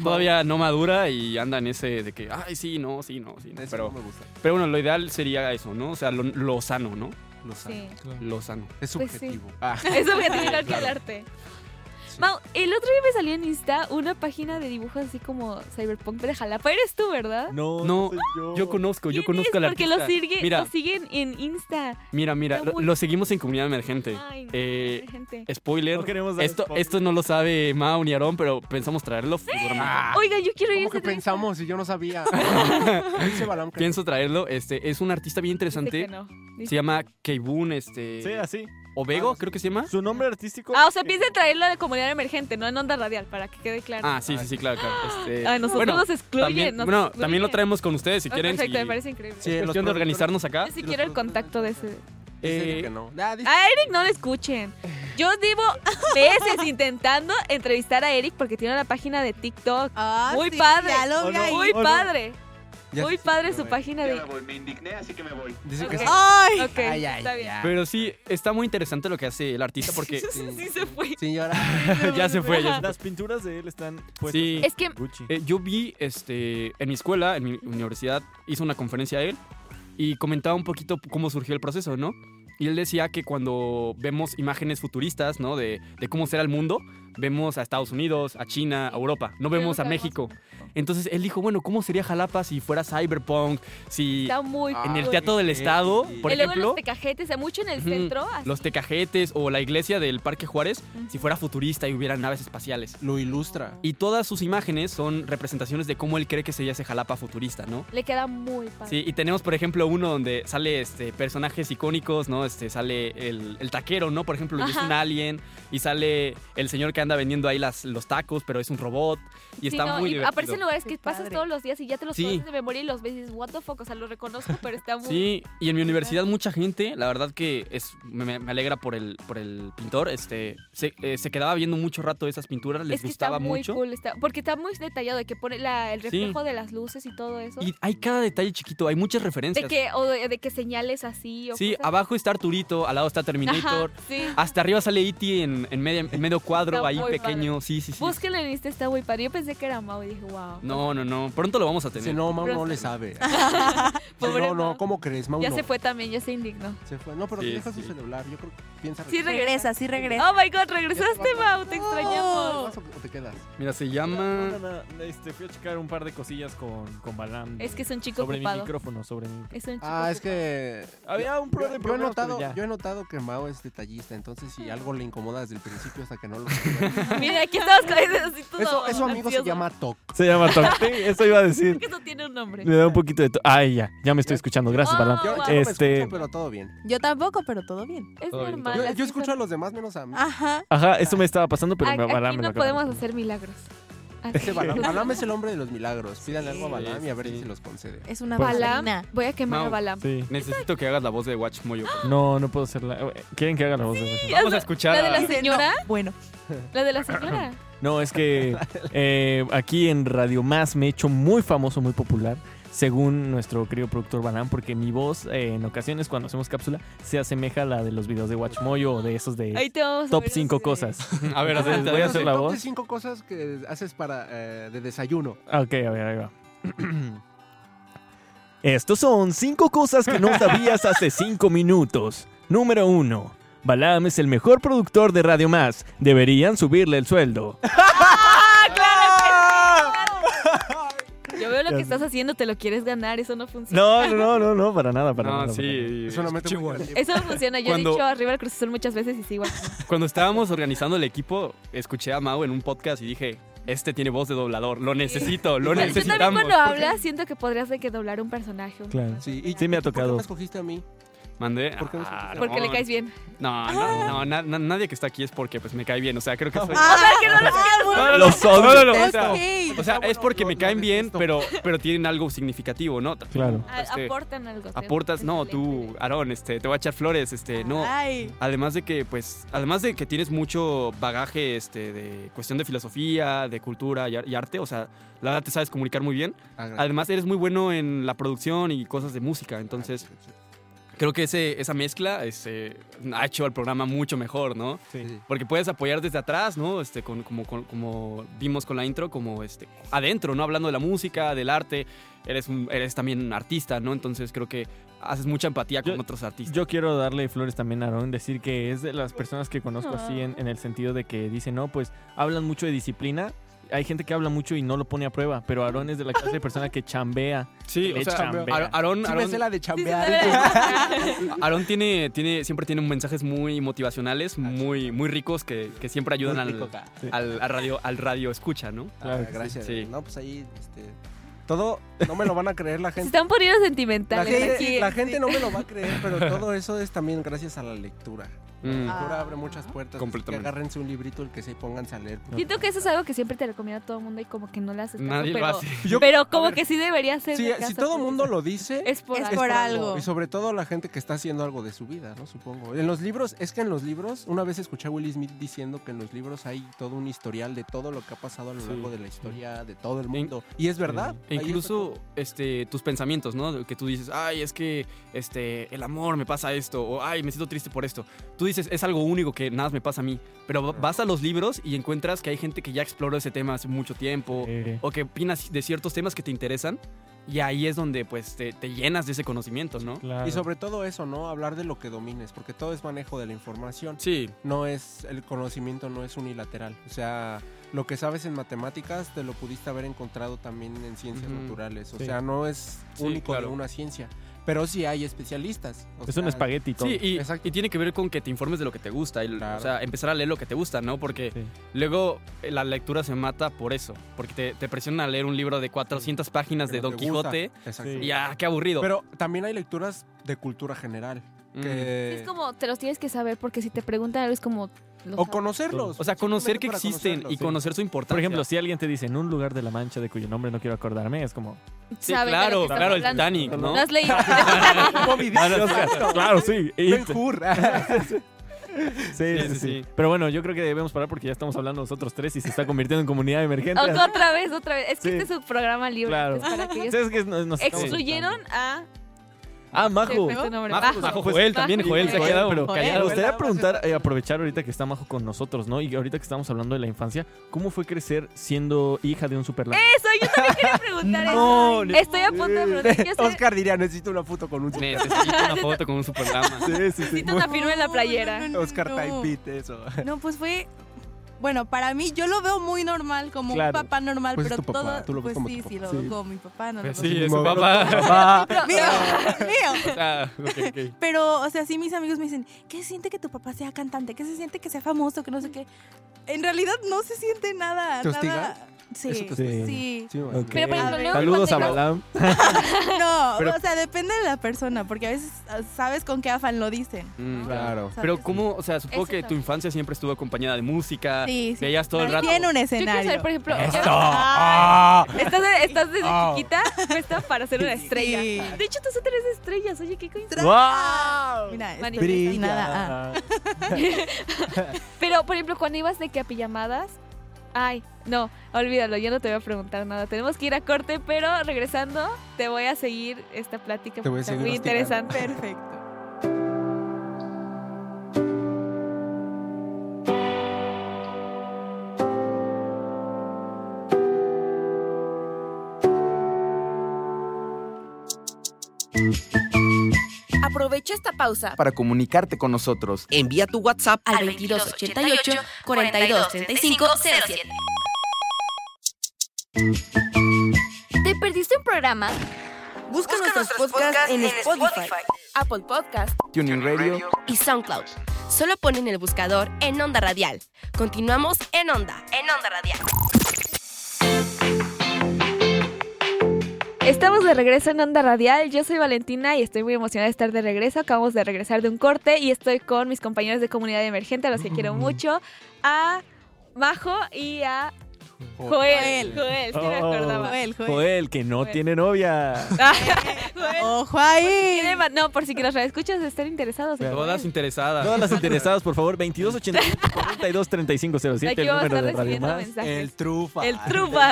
S7: todavía no madura y anda en ese de que, ay, sí, no, sí, no, sí. no".
S6: Eso
S7: Pero,
S6: no me gusta.
S7: pero bueno, lo ideal sería eso, ¿no? O sea, lo, lo sano, ¿no?
S6: Lo
S4: Sí.
S6: sabe.
S7: Lo sano.
S6: Es
S4: Pues
S6: subjetivo. Ah,
S4: Es objetivo igual que el
S6: claro.
S4: arte.
S6: sí.
S4: Mau, el otro día me salió en Insta una página de dibujos así como Cyberpunk de Jalapa. Eres tú, ¿verdad?
S9: No,
S7: No,
S9: soy yo.
S7: Yo conozco, yo
S4: ¿Quién
S7: conozco
S4: es?
S7: al
S4: Porque
S7: artista.
S4: lo, sigue-
S7: mira,
S4: lo siguen en Insta.
S7: mira, mira,
S4: está
S7: lo,
S4: muy- Ah,
S7: lo seguimos en comunidad emergente.
S4: Ay, no,
S7: Eh,
S4: gente.
S7: spoiler,
S9: No queremos dar
S7: esto,
S9: spoiler.
S7: esto no lo sabe Mao ni Aarón, pero pensamos traerlo.
S6: Ah,
S4: Oiga, yo quiero ir a
S6: ¿Cómo
S4: esa
S6: que
S4: entrevista.
S6: pensamos? Y yo no sabía. Dice Balam que-
S7: Pienso traerlo. Este, es un artista bien
S4: Dice
S7: interesante.
S4: que no.
S7: Se llama Keibun, este...
S9: Sí, así.
S7: Ovego, creo que se llama.
S9: Su nombre artístico.
S4: Ah, o sea, piensa en traerlo a la comunidad emergente, no en onda radial, para que quede claro.
S7: Ah, sí, sí, sí, claro, claro. Este,
S4: A nosotros
S7: bueno,
S4: nos excluyen.
S7: también,
S4: nos
S7: bueno,
S4: excluyen.
S7: también lo traemos con ustedes si
S4: Ah,
S7: quieren.
S4: Perfecto,
S7: si- ah,
S4: me parece increíble.
S6: Sí,
S7: es
S6: los
S7: cuestión de
S6: productores-
S7: organizarnos acá.
S4: Yo sí quiero el contacto de ese.
S6: Dice
S7: Eh,
S6: que no. Ah, dice-
S4: A Eric no le escuchen. Yo llevo meses intentando entrevistar a Eric porque tiene una página de TikTok.
S7: Oh,
S2: Ah,
S4: Muy
S2: sí,
S4: padre.
S2: Ya lo
S9: Oh,
S2: vi
S9: no.
S2: ahí.
S4: Muy
S9: oh, no.
S4: padre.
S6: Ya
S4: Muy
S6: se
S4: padre
S6: sintió,
S4: su
S6: eh.
S4: página de.
S6: Dice que
S4: Ok.
S6: sí.
S2: Ay.
S4: Ok, está bien.
S7: pero sí, está muy interesante lo que hace el artista porque
S4: Sí, sí se fue.
S6: Señora.
S7: ya se fue.
S5: eh,
S7: ya se fue.
S9: Las pinturas de él están puestas
S7: Sí.
S9: en
S4: Es que
S9: Gucci.
S7: Eh, yo vi este, en mi escuela, en mi universidad, hizo una conferencia él y comentaba un poquito cómo surgió el proceso, ¿no? Y él decía que cuando vemos imágenes futuristas, ¿no? De, de cómo será el mundo, vemos a Estados Unidos, a China, a Europa, no vemos a México. Entonces él dijo, bueno, ¿cómo sería Jalapa si fuera cyberpunk? Si
S4: Está muy
S7: en el
S4: cool.
S7: Teatro del Estado, por
S4: y luego
S7: ejemplo,
S4: los tecajetes, hay mucho en el
S7: Ujú.
S4: centro. así.
S7: los tecajetes o la iglesia del Parque Juárez, si fuera futurista y hubiera naves espaciales.
S6: Lo ilustra.
S7: Y todas sus imágenes son representaciones de cómo él cree que sería ese Jalapa futurista, ¿no?
S4: Le queda muy padre.
S7: Sí, y tenemos, por ejemplo, uno donde sale este, personajes icónicos, ¿no? Este, sale el, el taquero, ¿no? Por ejemplo, y es
S4: Ajá.
S7: un alien. Y sale el señor que anda vendiendo ahí las, los tacos, pero es un robot. Y
S4: Sí,
S7: está
S4: no,
S7: muy
S4: y
S7: divertido.
S4: Aparecen lugares
S2: Qué
S4: que pasas
S2: padre.
S4: todos los días y ya te los
S7: Sí.
S4: conoces de memoria y los ves y dices, what the fuck, o sea, lo reconozco, pero está muy...
S7: Sí, y en mi universidad mucha gente, la verdad que es, me, me alegra por el, por el pintor, este, se, eh, se quedaba viendo mucho rato esas pinturas, les
S4: es que
S7: gustaba
S4: está muy
S7: mucho.
S4: cool, está- porque está muy detallado de que pone la- el
S7: Sí.
S4: reflejo de las luces y todo eso.
S7: Y hay cada detalle chiquito, hay muchas referencias.
S4: de que, o de, de que señales así. O
S7: Sí, Ah,
S4: cosas-
S7: abajo está Arturito, al lado está Terminator.
S4: Ajá, sí.
S7: Hasta arriba sale E.T. en, en medio, en medio cuadro,
S4: Está
S7: ahí
S4: muy
S7: pequeño. Sí, sí, sí.
S4: Búsquenlo en Insta, está muy padre. Yo pensé que era Mau y dije, wow.
S7: No, no, no. Pronto lo vamos a
S6: Dice,
S7: tener.
S6: no, Mau no le sabe. Dice,
S4: Pobre
S6: no, no,
S4: Mau.
S6: ¿cómo crees? Mau
S4: ya
S6: no.
S4: se fue también, ya se indignó.
S6: Se fue. No, pero
S7: Sí,
S6: deja
S7: sí.
S6: su celular. Yo creo que piensa.
S4: Sí,
S6: regresar.
S2: Regresa, sí regresa.
S4: Oh my god, regresaste, Mau, te extrañamos.
S6: ¿Vas o o te quedas?
S7: Mira, se
S5: No, no,
S7: llama.
S5: no, este, fui a checar un par de cosillas con, con Balam. de-
S4: Es que es un chico
S5: Sobre mi
S4: ocupado.
S5: micrófono, sobre mi...
S4: Es un chico
S6: Ah, es que.
S5: Había un
S6: Yo,
S5: problema.
S6: yo he notado, yo he notado que Mao es detallista, entonces si algo le incomoda desde el principio hasta que no lo supera.
S4: Mira, aquí estamos con ese así todo
S6: Eso, eso amigo se
S4: ansioso.
S6: llama TOC.
S5: Se llama Tom. Sí, eso iba a decir.
S4: Que eso tiene un nombre.
S5: Le da un poquito de... to- Ay, ya, ya me estoy escuchando. Gracias,
S4: Oh,
S5: Balam.
S6: Yo, yo no me
S5: Este...
S6: escucho, pero todo bien.
S2: Yo tampoco, pero todo bien.
S4: Es
S7: Todo bien,
S4: normal.
S6: Yo,
S4: así
S6: yo escucho
S4: son.
S6: a
S4: Ah.
S6: los demás menos a mí.
S2: Ajá.
S5: Ajá, eso me estaba pasando, pero
S4: A-
S5: me, Balam
S4: Aquí
S5: me lo
S4: no
S5: acaba de
S4: podemos
S5: responder.
S4: hacer milagros.
S6: Ese Balam, Balam es el hombre de los milagros. Pídanle algo a Balam y a ver si se los concede.
S2: Es una
S5: Pues-
S4: Balam.
S2: bailarina.
S4: Voy a quemar a
S7: Mau.
S4: Balam.
S5: Sí.
S7: Necesito que hagas la voz de Watch Moyo.
S5: No, no puedo hacerla. ¿Quieren que haga la voz de Watch?
S7: Vamos a escuchar.
S4: La de
S7: a-
S4: las-
S2: Dice,
S4: señora?
S2: "No, bueno,
S4: La de la señora.
S5: No, es que eh, aquí en Radio Más me he hecho muy famoso, muy popular, según nuestro querido productor Banán, porque mi voz eh, en ocasiones cuando hacemos cápsula se asemeja a la de los videos de Watchmoyo o de esos
S4: Ahí
S5: de
S4: te vamos a
S5: Top
S4: ver
S5: 5
S4: ese-
S5: cosas.
S7: A ver,
S5: Entonces,
S7: adelante,
S5: voy a
S7: adelante.
S5: hacer la
S6: Top de
S5: voz.
S6: cinco cosas que haces para eh, de desayuno.
S5: Ok, a ver, ahí va. Estos son cinco cosas que no sabías hace cinco minutos. Número uno. Balam es el mejor productor de Radio Más. Deberían subirle el sueldo.
S4: Yo veo lo
S5: Ya
S4: que
S5: sé.
S4: estás haciendo, te lo quieres ganar, eso no funciona.
S5: No, no, no, no, no, para nada, para nada.
S7: No,
S5: para nada.
S7: sí.
S6: Es una meta muy
S7: Chihuahua.
S6: grande.
S4: Eso no funciona. Yo
S7: Cuando-
S4: he dicho arriba el Cruz Azul muchas veces y sigo aquí.
S7: Cuando estábamos organizando el equipo, escuché a Mau en un podcast y dije, este tiene voz de doblador, lo necesito, lo
S4: Pero Tú también
S7: necesitamos.
S4: cuando hablas, siento que podrías de que doblar un personaje.
S5: Claro.
S6: Sí, y-
S5: Sí me ha
S6: ¿y tú ¿Por
S5: tocado.
S6: qué me escogiste a mí?
S7: Mandé.
S6: ¿Por qué no se
S7: ah,
S6: escucha?
S4: Porque
S7: no.
S4: le caes bien.
S7: No, no, no, na- na- nadie que está aquí es porque pues me cae bien, o sea, creo que soy...
S2: Ah.
S5: no, Los no, odio. no, no,
S7: o sea,
S2: Ok.
S7: o sea,
S6: bueno,
S7: es porque
S6: lo-
S7: me
S6: lo
S7: caen bien,
S6: detesto.
S7: pero, pero tienen algo significativo, ¿no? T-
S5: Claro.
S4: A-
S7: Este,
S4: aportan
S6: ¿eh?
S4: algo. te-
S7: aportas,
S4: te-
S7: no,
S4: te-
S7: tú, Aarón, este, te voy a echar flores, este, no.
S6: Ah.
S2: Ay.
S7: Además de que, pues, además de que tienes mucho bagaje este, de cuestión de filosofía, de cultura y, ar- y arte, o sea, la verdad te sabes comunicar muy bien.
S6: Ah, gracias.
S7: Además, eres muy bueno en la producción y cosas de música, entonces creo que ese, esa mezcla este, ha hecho al programa mucho mejor, ¿no?
S6: Sí.
S7: Porque puedes apoyar desde atrás, ¿no? Este, con, como, con- como vimos con la intro, como este, adentro, ¿no? Hablando de la música, del arte. Eres, un- eres también un artista, ¿no? Entonces creo que haces mucha empatía con
S5: Yo-
S7: otros artistas.
S5: Yo quiero darle flores también a Aaron, decir que es de las personas que conozco así en, en el sentido de que dice, no, pues hablan mucho de disciplina. Hay gente que habla mucho y no lo pone a prueba, pero Aaron es de la clase de persona que chambea.
S7: sí, o
S5: le
S7: sea,
S5: chambea.
S7: Aarón- Aarón-
S6: Sí me sé la de chambear.
S7: Aarón tiene, tiene, siempre tiene mensajes muy motivacionales, muy, muy ricos que, que siempre ayudan al,
S5: Sí.
S7: al, al radio, al radio escucha, ¿no?
S6: Ah,
S5: Claro que sí.
S6: gracias.
S7: Sí.
S6: No, pues ahí, este, todo, no me lo van a creer la
S4: Se
S6: gente.
S4: están poniendo
S6: La
S4: sentimentales aquí.
S6: gente, la gente no me lo va a creer, pero todo eso es también gracias a la lectura.
S7: Mm.
S6: La
S2: Ah.
S6: lectura abre muchas puertas. pues,
S7: Completamente.
S6: Que agárrense un librito, el que se pónganse a leer.
S4: Siento que eso es algo que siempre te recomiendo a todo el mundo y como que no le haces caso,
S7: Nadie
S4: pero,
S7: lo hace.
S4: pero como
S6: ver,
S4: que sí debería ser
S6: Si, si todo el mundo lo dice,
S4: Es por
S2: Es
S4: algo.
S2: por algo.
S6: Y sobre todo la gente que está haciendo algo de su vida, ¿no? Supongo. En los libros, es que en los libros, una vez escuché a Will Smith diciendo que en los libros hay todo un historial de todo lo que ha pasado a lo
S7: Sí.
S6: largo de la historia, de todo el mundo. Y es verdad.
S7: E
S6: Ahí
S7: incluso este, tus pensamientos, ¿no? Que tú dices, ay, es que este, el amor me pasa esto, o ay, me siento triste por esto. Tú dices, es algo único que nada más me pasa a mí. Pero va- vas a los libros y encuentras que hay gente que ya exploró ese tema hace mucho tiempo,
S5: Eh,
S7: o que opinas de ciertos temas que te interesan, y ahí es donde pues te, te llenas de ese conocimiento, ¿no?
S5: claro.
S6: Y sobre todo eso, ¿no? Hablar de lo que domines, porque todo es manejo de la información.
S7: Sí,
S6: No es, el conocimiento no es unilateral. O sea, lo que sabes en matemáticas te lo pudiste haber encontrado también en ciencias
S7: Ujú.
S6: naturales. O
S5: Sí.
S6: sea, no es
S7: Sí,
S6: único
S7: claro.
S6: de una ciencia. Pero sí hay especialistas. O
S5: es un
S6: sea,
S5: espagueti. todo.
S7: sí, y,
S6: Exacto.
S7: y tiene que ver con que te informes de lo que te gusta, y,
S6: Claro.
S7: o sea, empezar a leer lo que te gusta, ¿no? Porque
S5: Sí.
S7: luego eh, la lectura se mata por eso, porque te, te presionan a leer un libro de 400 páginas de
S6: que no
S7: Don
S6: te gusta.
S7: Quijote,
S6: Exacto.
S5: Sí.
S7: y ah, qué aburrido.
S6: Pero también hay lecturas de cultura general.
S7: Mm.
S6: que-
S4: Es como, te los tienes que saber porque si te preguntan algo es como... lo
S6: O
S4: sabes.
S6: conocerlos.
S7: o sea, conocer que
S6: Simplemente para
S7: existen y
S6: conocerlos.
S7: conocer su importancia.
S5: Por ejemplo, si alguien te dice en un lugar de la mancha de cuyo nombre no quiero acordarme, es como.
S7: sí,
S4: saben de lo que
S7: claro,
S4: están
S7: claro, el
S4: hablando.
S7: Titanic, ¿no?
S4: ¿No has leído?
S5: Ah,
S6: Moby Dick, exacto.
S5: Claro, sí. y-
S6: Ben Hur.
S5: sí, sí,
S7: sí,
S5: sí.
S7: sí.
S5: Pero bueno, yo creo que debemos parar porque ya estamos hablando nosotros tres y se está convirtiendo en comunidad emergente.
S4: Otra otra vez, otra vez. Es que
S5: Sí.
S4: este es un programa libre.
S5: Claro.
S4: entonces, para que ellos
S5: ¿Sabes qué? Nos- nos estamos
S4: Excluyeron a... Se
S5: Ah, Majo.
S4: me fue su nombre.
S7: Majo,
S4: Majo.
S7: Majo, Joel también,
S4: Majo.
S7: Joel se ha
S5: Joel,
S7: quedado
S5: pero
S7: callado.
S5: Me gustaría preguntar, eh, aprovechar ahorita que está Majo con nosotros, ¿no? Y ahorita que estamos hablando de la infancia, ¿cómo fue crecer siendo hija de un superlán?
S4: Eso, yo también quería preguntar
S5: No,
S4: eso.
S5: ni-
S4: Estoy a punto de preguntar. Yo sé-
S6: Oscar diría, necesito una foto con un...
S7: Necesito una foto con un superlama.
S5: Sí, sí, sí.
S4: Necesito una firma en la
S2: No,
S4: playera.
S2: no, no, no,
S6: Oscar
S2: no.
S6: Type Beat, eso.
S2: No, pues fue. Bueno, para mí yo lo veo muy normal, como
S5: Claro.
S2: un papá normal,
S6: Pues es
S2: pero
S6: tu papá,
S2: todo.
S6: tú lo ves
S2: pues
S6: como
S2: sí,
S6: tu
S2: sí,
S6: papá.
S2: lo
S6: Sí.
S2: veo como mi papá, no lo
S7: Pues
S2: veo
S7: sí,
S2: como-
S7: es su papá.
S5: Ah,
S2: Mío, mío.
S7: O sea, ok, ok.
S2: Pero, o sea, sí mis amigos me dicen, ¿qué se siente que tu papá sea cantante? ¿Qué se siente que sea famoso? Que no sé qué. En realidad no se siente nada.
S6: ¿Te
S2: nada.
S6: hostigan?
S2: Sí,
S6: Eso te
S2: sí.
S5: estoy-
S6: Sí, bueno.
S5: Ok.
S4: Pero por ejemplo,
S2: A
S4: luego
S5: Saludos a
S4: cuando-
S5: Balam.
S2: No,
S7: Pero-
S2: o sea, depende de la persona, porque a veces ah, sabes con qué afán lo dicen.
S7: Mm,
S6: Claro.
S2: ¿sabes?
S7: Pero cómo, o sea, supongo
S4: Eso
S7: que
S4: no.
S7: tu infancia siempre estuvo acompañada de música,
S2: Sí, sí.
S7: veías todo el rato.
S2: Tiene un
S4: Yo quiero saber,
S2: escenario.
S4: por ejemplo,
S2: Ah.
S4: estás, estás desde
S6: Oh.
S4: chiquita puesta para ser una estrella.
S2: Sí.
S4: De hecho, tú eres estrellas. Oye, qué coincidencia.
S2: ¡Wow! Mira, esto no es nada. ah.
S4: Pero, por ejemplo, cuando ibas de que a pijamadas. Ay, no, olvídalo, yo no te voy a preguntar nada. Tenemos que ir a corte, pero regresando, te voy a seguir esta plática
S6: Te voy
S4: porque
S6: a
S4: está
S6: seguir
S4: muy
S6: hostigando.
S4: interesante.
S2: Perfecto.
S1: Aprovecha esta pausa
S10: para comunicarte con nosotros.
S3: Envía tu WhatsApp
S1: al 2288 423507.
S11: ¿Te perdiste un programa?
S1: Busca, nuestros podcasts en Spotify
S11: Apple Podcast.
S10: Tuning Radio.
S1: y SoundCloud. Solo pon en el buscador en Onda Radial. Continuamos en Onda, en Onda Radial.
S4: Estamos de regreso en Onda Radial. Yo soy Valentina y estoy muy emocionada de estar de regreso. Acabamos de regresar de un corte y estoy con mis compañeros de comunidad emergente, a los que quiero mucho, a Majo y a Joel.
S2: Joel.
S4: Joel, sí me
S5: Oh.
S4: acordaba.
S2: Joel, Joel.
S5: Joel, que no
S4: Joel.
S5: tiene novia.
S4: Joel,
S2: Ojo
S4: tiene
S2: ahí.
S4: ma- no, por si que nos escuchas están interesados. en
S7: Todas
S4: Joel.
S7: interesadas.
S5: Todas las interesadas, por favor, 2288-423507,
S4: Aquí
S5: el
S4: vamos a estar
S5: número de Radio
S4: recibiendo
S5: Más.
S4: mensajes.
S6: El trufa.
S4: El trufa.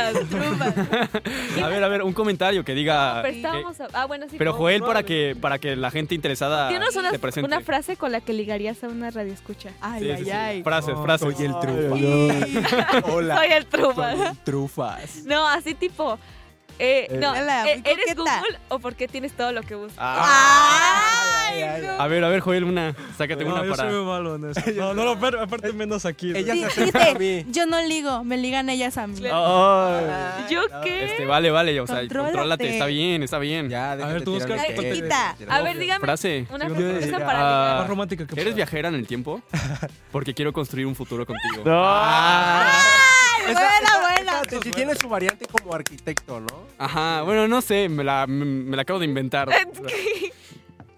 S7: A ver, a ver, un comentario que diga.
S4: Pero
S7: que-
S4: estábamos. a- Ah, bueno, sí.
S7: pero
S4: como-
S7: Joel, para que, para que la gente interesada
S4: Dinos una,
S7: te presente.
S4: una frase con la que ligarías a una radioescucha.
S2: Ay,
S7: Sí, sí,
S2: ay,
S7: sí.
S2: ay.
S7: Frases, frases.
S6: Soy el trufa. Hola.
S4: Soy el
S6: Soy
S4: trufa.
S6: el trufas.
S4: No, así tipo. eh, no,
S2: Hola,
S4: eh,
S2: muy
S4: ¿eres
S2: coqueta.
S4: Google o por qué tienes todo lo que buscas?
S2: Ah.
S6: Ah,
S2: Ay, no.
S7: Ah, A ver, a ver, Joel, una. Sácate
S8: No,
S7: una
S8: yo soy
S7: para.
S8: muy malo en eso. No, no, no, pero aparte menos aquí. güey.
S6: Ella
S2: Sí,
S6: se acerca a mí.
S2: dice, yo no ligo, me ligan ellas a mí.
S4: Claro.
S5: Ay.
S4: ¿Yo qué?
S7: Este, vale, vale, o sea,
S2: Contrólate.
S7: contrólate, está bien, está bien.
S6: Ya, déjate
S8: ver, tú
S6: tirar
S8: busca-
S6: el
S2: Ay,
S6: té.
S2: quita.
S4: a ver, dígame
S7: Frase.
S4: una
S8: Yo
S4: frase
S8: diría,
S4: para
S7: ah,
S8: Más romántica que
S7: ¿Eres viajera en el tiempo? Porque quiero construir un futuro contigo. Ah,
S5: No.
S2: Ay, buena, buena.
S6: Esa- Si tiene su variante como arquitecto, ¿no?
S7: Ajá, bueno, no sé, me la, me, me la acabo de inventar.
S4: ligar.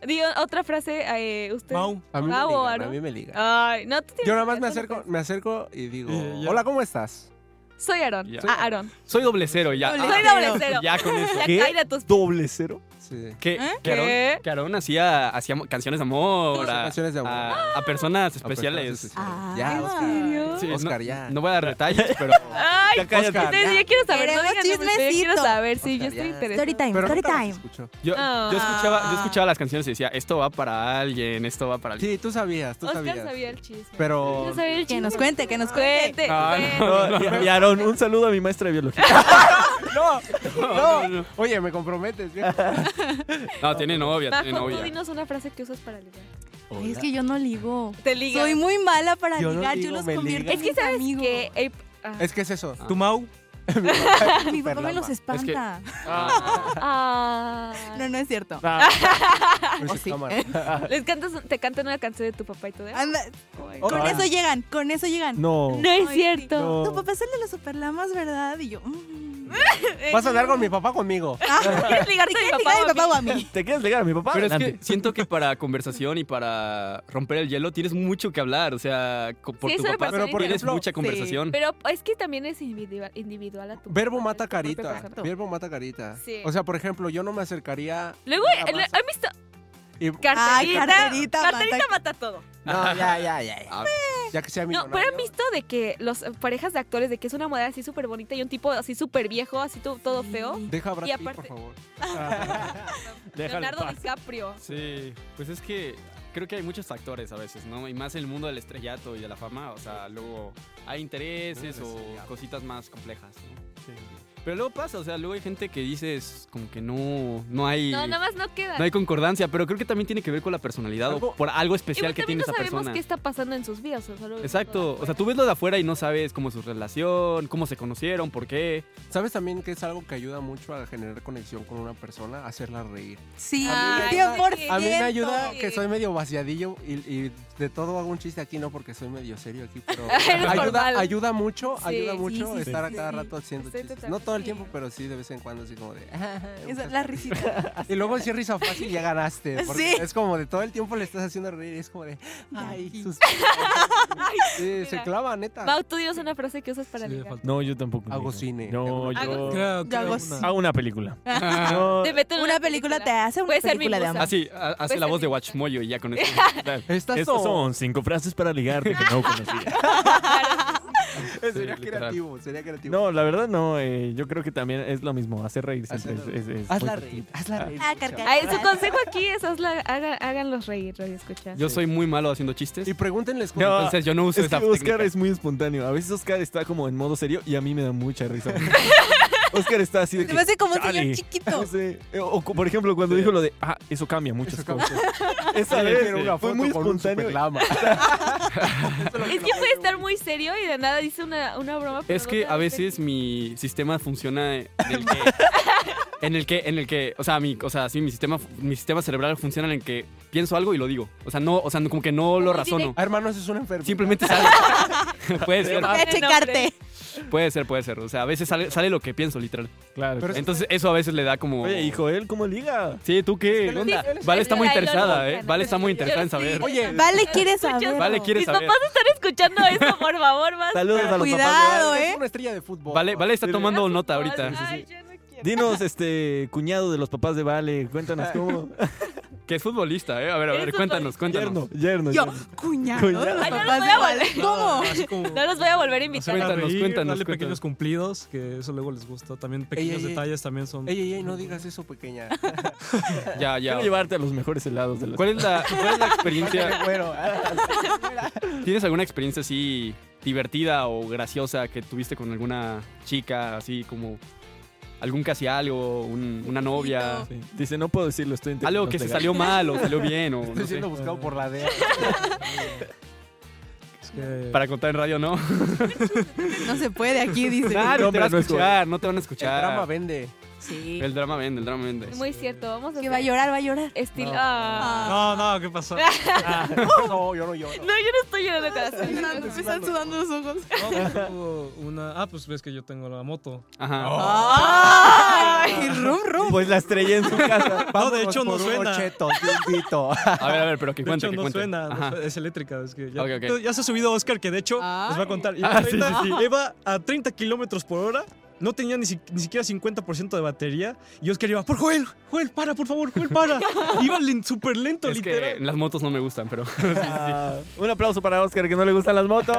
S4: Digo, otra frase. eh, usted.
S8: Mau.
S6: A mí me
S4: Mau,
S6: ligan,
S4: Aro.
S6: a mí me
S2: Ah,
S6: ligan.
S4: Ay, no, tú tienes que
S6: Yo nada más
S4: ligar,
S6: me
S4: tú no
S6: acerco,
S4: puedes.
S6: me acerco y digo,
S8: Y ya.
S6: hola, ¿cómo estás?
S4: Soy Aarón.
S7: Ya.
S4: Ah, Aarón.
S7: Soy doble cero ya.
S2: Doble
S4: Soy
S7: Ah,
S4: doble cero.
S7: Ya con eso.
S4: Ya
S5: ¿Qué?
S4: cae de tus
S5: ¿Doble cero?
S6: Sí.
S7: Que, que Aarón-
S4: ¿Qué?
S7: que Aarón hacía, hacía mo- canciones de amor. A,
S6: Canciones de Ah, amor.
S7: a- a personas ah, especiales.
S2: Ah,
S6: ya,
S2: ¿en
S6: Oscar.
S2: serio?
S7: Sí,
S6: Oscar,
S7: no,
S6: ya.
S7: no voy a dar detalles, pero.
S4: Ay,
S5: Ya cállate.
S4: Oscar, ya. ya quiero saber, no
S2: Queremos
S4: digan nombres, pero ya
S2: chismecito.
S4: quiero saber, sí,
S6: Oscar,
S4: yo estoy
S6: ya.
S4: interesada.
S2: Story time,
S6: Pero
S2: story
S6: nunca los
S2: time.
S6: escucho.
S7: Yo,
S4: Ah.
S7: yo, escuchaba, yo escuchaba las canciones y decía, esto va para alguien, esto va para alguien.
S6: Sí, tú sabías, tú
S4: Oscar
S6: sabías.
S4: sabía el chisme.
S6: Pero
S4: Yo sabía el chisme.
S2: Que nos cuente, que nos cuente.
S4: Cuente.
S7: Ah,
S4: cuente.
S5: No, y- y Aarón, un saludo a mi maestra de biología.
S6: no, oye, me comprometes. viejo.
S7: No, tiene novia,
S4: Bajo,
S7: tiene
S4: tú
S7: novia.
S4: dinos una frase que usas para ligar.
S2: Es que yo no ligo.
S4: Te ligas.
S2: Soy muy mala para
S6: Yo no
S2: ligar,
S6: ligo,
S2: yo los
S6: me
S2: convierto
S6: ligan.
S2: en
S4: Es que
S2: mis
S4: sabes
S2: amigos.
S4: que... eh, ah,
S6: Es que es eso.
S8: ¿Tu Mau?
S2: Mi papá me
S6: Superlama.
S2: los espanta.
S7: Ah,
S4: ah,
S2: No, no es cierto.
S4: Oh,
S6: Pues,
S2: sí.
S6: cámara.
S4: Les cantas, te cantan una canción de tu papá y todo.
S2: Anda,
S4: Oh my God.
S2: con eso llegan, con eso llegan.
S5: No.
S4: No es
S2: Ay,
S4: cierto.
S5: No.
S2: Tu papá es el de los superlamas, ¿verdad? Y yo. mm. Ah,
S6: Vas a andar con mi papá conmigo.
S4: ¿Quieres ligarte
S2: ¿Te
S4: a Ah, mi
S2: quieres
S4: papá?
S2: ligar a mi
S4: o
S2: papá o
S4: a
S2: a mí?
S5: ¿Te quieres ligar a mi papá?
S7: Pero es que
S5: Adelante.
S7: siento que para conversación y para romper el hielo tienes mucho que hablar. O sea, co- por
S4: Sí,
S7: tu
S4: es una
S7: papá
S4: persona
S7: tienes
S6: individual.
S7: mucha
S4: mí?
S7: conversación.
S4: Pero pues, es que también es individual, individual a tu
S6: Verbo
S4: a
S6: mata
S4: tu propia
S6: carita.
S4: persona.
S6: Verbo mata carita.
S4: Sí.
S6: O sea, por ejemplo, yo no me acercaría.
S4: Luego,
S6: nada
S4: eh, lo-
S6: más
S4: ¿han visto?
S6: y-
S4: Carterita.
S2: carterita mata-
S4: Carterita mata todo.
S6: No, ya, ya, ya. ya.
S7: Ah.
S6: Ya que sea mi
S4: No, pero han visto de que las parejas de actores, de que es una modelo así súper bonita y un tipo así súper viejo, así to- todo feo.
S6: Deja a Brad
S4: Y
S6: Pitt, por
S4: aparte-
S6: favor.
S5: Déjalo en
S4: Ah. Leonardo
S5: paz.
S4: DiCaprio.
S7: Sí, pues es que creo que hay muchos factores a veces, ¿no? Y más en el mundo del estrellato y de la fama, o sea, luego hay intereses o cositas más complejas, ¿no? Pero luego pasa, o sea, luego hay gente que dices como que no, no hay...
S4: No, nada más no queda.
S7: No hay concordancia, pero creo que también tiene que ver con la personalidad o por algo especial
S4: Igual
S7: que
S4: también
S7: tiene
S4: no
S7: esa
S4: sabemos
S7: persona.
S4: qué está pasando en sus vidas. o sea, lo-
S7: Exacto, o sea, tú ves lo de afuera y no sabes cómo es su relación, cómo se conocieron, por qué.
S6: ¿Sabes también que es algo que ayuda mucho a generar conexión con una persona? Hacerla reír.
S2: Sí,
S4: Ay,
S2: 100%.
S6: A mí me ayuda que soy medio vaciadillo y, y de todo hago un chiste aquí, no porque soy medio serio aquí, pero
S4: Eres formal.
S6: ayuda, ayuda mucho,
S4: Sí,
S6: ayuda
S4: sí,
S6: mucho
S2: sí,
S6: estar
S2: sí,
S6: a cada
S2: sí.
S6: rato haciendo
S4: Estoy
S6: chistes. No
S4: totalmente
S6: todo el
S4: de
S6: tiempo,
S4: acuerdo.
S6: pero sí de vez en cuando así como de...
S2: Esa- la risita.
S6: Y luego si es risa fácil ya ganaste, porque
S2: Sí.
S6: es como de todo el tiempo le estás haciendo reír y es como de... Ay, sus- Sí, se
S4: mira.
S6: clava, neta.
S4: Mau, tú dinos una frase que usas para
S8: Sí, le
S4: ligar.
S8: falta-
S5: No, yo tampoco.
S6: Hago
S5: digo.
S6: cine.
S5: No,
S4: Hago- Ah.
S5: yo
S8: Creo que
S2: Yo hago
S8: una.
S2: sí.
S5: hago una película. No,
S4: Te meto en
S2: Una película te hace una
S4: Puede ser mi
S2: película de
S4: musa.
S2: amor.
S7: Así, ha- Ah, hace
S4: Pues
S7: la voz de
S4: también.
S7: Watchmoyo y ya con eso.
S6: Estas
S5: Estas
S6: son-
S5: son cinco frases para ligarte que no conocía.
S6: sería
S7: literal.
S6: creativo, sería creativo.
S5: No, la verdad no. eh, yo creo que también es lo mismo, hacer reír. siempre
S6: Hacer-
S5: es- es- es
S6: hazla
S5: muy
S6: reír,
S5: útil.
S6: hazla reír.
S2: Ah, carcajadas.
S4: Ay, su consejo aquí es hazla- haga- háganlos reír, radio escucha.
S7: Yo soy muy malo haciendo chistes. pues,
S6: Y pregúntenles cómo...
S5: No,
S7: Entonces yo no uso
S5: Es que
S7: esa
S5: Oscar
S7: técnica.
S5: es muy espontáneo. A veces Oscar está como en modo serio y a mí me da mucha risa. Oscar está así de
S2: Se
S5: que.
S2: me hace como un
S5: "Chale".
S2: señor
S5: No
S2: chiquito.
S5: sé. O, co- por ejemplo, cuando dijo lo de, ah, eso cambia muchas cosas. Esa
S6: Sí,
S5: vez
S6: pero una
S5: fue
S6: foto
S5: muy
S6: con un
S5: espontáneo.
S6: superlama.
S4: Es que puede estar muy serio y de nada dice una, una broma. pero
S7: Es
S4: no
S7: que
S4: te
S7: a
S4: das
S7: veces
S4: cuenta.
S7: mi sistema funciona en el que, en el que, en el que, o sea, mi, o sea, sí, mi sistema, mi sistema cerebral funciona en el que pienso algo y lo digo. O sea, no, o sea, como que no lo razono.
S6: Ah, Hermano, eso es una enfermedad.
S7: Simplemente sale. puede ser,
S2: Voy a
S4: Pobre
S2: checarte.
S7: puede ser, puede ser. O sea, a veces sale, sale lo que pienso, literal.
S5: Claro.
S6: Pero-
S7: Entonces eso a veces le da como.
S5: Oye, ¿y Joel cómo liga?
S7: Sí, ¿tú qué? ¿Qué onda?
S4: Sí,
S7: Vale está muy
S4: ahí lo
S7: interesada,
S4: buscan,
S7: ¿eh? Vale está muy
S4: yo
S7: interesada en
S4: sí.
S7: saber.
S6: Oye,
S2: Vale, quieres
S4: Escuchas-
S2: saber.
S7: Vale, ¿quieres
S4: Mis
S7: saber?
S4: papás están escuchando esto, por favor, más.
S5: Saludos a los papás.
S2: Cuidado,
S6: es
S2: ¿eh?
S6: una estrella de fútbol.
S7: Vale, vale está
S5: Ah, Sí,
S7: tomando nota ahorita.
S4: Ay, yo no quiero.
S5: de- Dinos, este, cuñado de los papás de Vale, cuéntanos cómo.
S7: Que es futbolista, ¿eh? A ver, a ver,
S4: Eres
S7: cuéntanos, cuéntanos.
S5: Yerno, yerno.
S2: Yo,
S5: yerno.
S2: cuñado.
S5: Cuñado.
S2: Los
S4: Ay, no los
S2: papás
S4: voy a
S2: de Vale.
S4: volver.
S2: ¿Cómo?
S8: así como-
S4: No los voy a volver a
S8: hacer
S4: invitar.
S8: reír,
S7: Cuéntanos, cuéntanos,
S8: darle
S7: cuéntanos.
S8: pequeños cumplidos, que eso luego les gusta. También pequeños
S6: ey, ey.
S8: detalles también son.
S6: Ey, ey, ey, no digas eso, pequeña.
S7: Ya, ya.
S5: Quiero llevarte a los mejores helados de la
S7: ¿Cuál es la, cuál es la experiencia?
S6: Bueno,
S7: ¿Tienes alguna experiencia así divertida o graciosa que tuviste con alguna chica, así como algún casi algo, un- una novia?
S5: Sí. Dice, no puedo decirlo, estoy
S7: Algo
S5: en términos
S7: que se
S5: legales".
S7: salió mal o salió bien o no
S6: estoy siendo
S7: sé.
S6: buscado por la DEA.
S8: es que-
S7: Para contar en radio, ¿no?
S2: No se puede aquí, dice.
S7: Nah, no te van
S5: no
S7: a
S5: es joven.
S7: escuchar, no te van a
S6: El drama
S7: escuchar.
S6: vende.
S2: Sí.
S7: El drama vende, el drama vende.
S4: Muy cierto, vamos a
S2: Que va a
S4: hacer
S2: llorar, va a llorar.
S4: estilo.
S8: No.
S4: Ah.
S8: No, no, ¿qué pasó?
S7: Ah.
S6: No, yo no lloro.
S4: No, yo no estoy llorando corazón.
S2: Me están sudando los ojos.
S8: No, pues, hubo una. Ah, pues ves que yo tengo la moto.
S7: Ajá.
S2: ¡Ay! ¡Rum, rum!
S5: Pues la estrellé en su casa.
S8: No, de hecho no
S6: Por un
S8: suena.
S6: ocheto, te invito.
S7: A ver, a ver, pero que
S8: De
S7: cuente,
S8: hecho,
S7: que
S8: no
S7: cuente.
S8: suena, no
S7: Ajá.
S8: suena, es eléctrica. Es que ya,
S7: Ok, ok.
S8: ya se ha subido Oscar, que de hecho les va a contar. Iba,
S7: Ah,
S8: a, 30,
S7: sí,
S8: iba a 30 kilómetros por hora, no tenía ni, si- ni siquiera 50% de batería. Y Oscar iba, por Joel, Joel, para, por favor, Joel, para. iba len- súper lento,
S7: Es que
S8: literal.
S7: las motos no me gustan, pero
S5: Ah, un aplauso para Oscar que no le gustan las motos.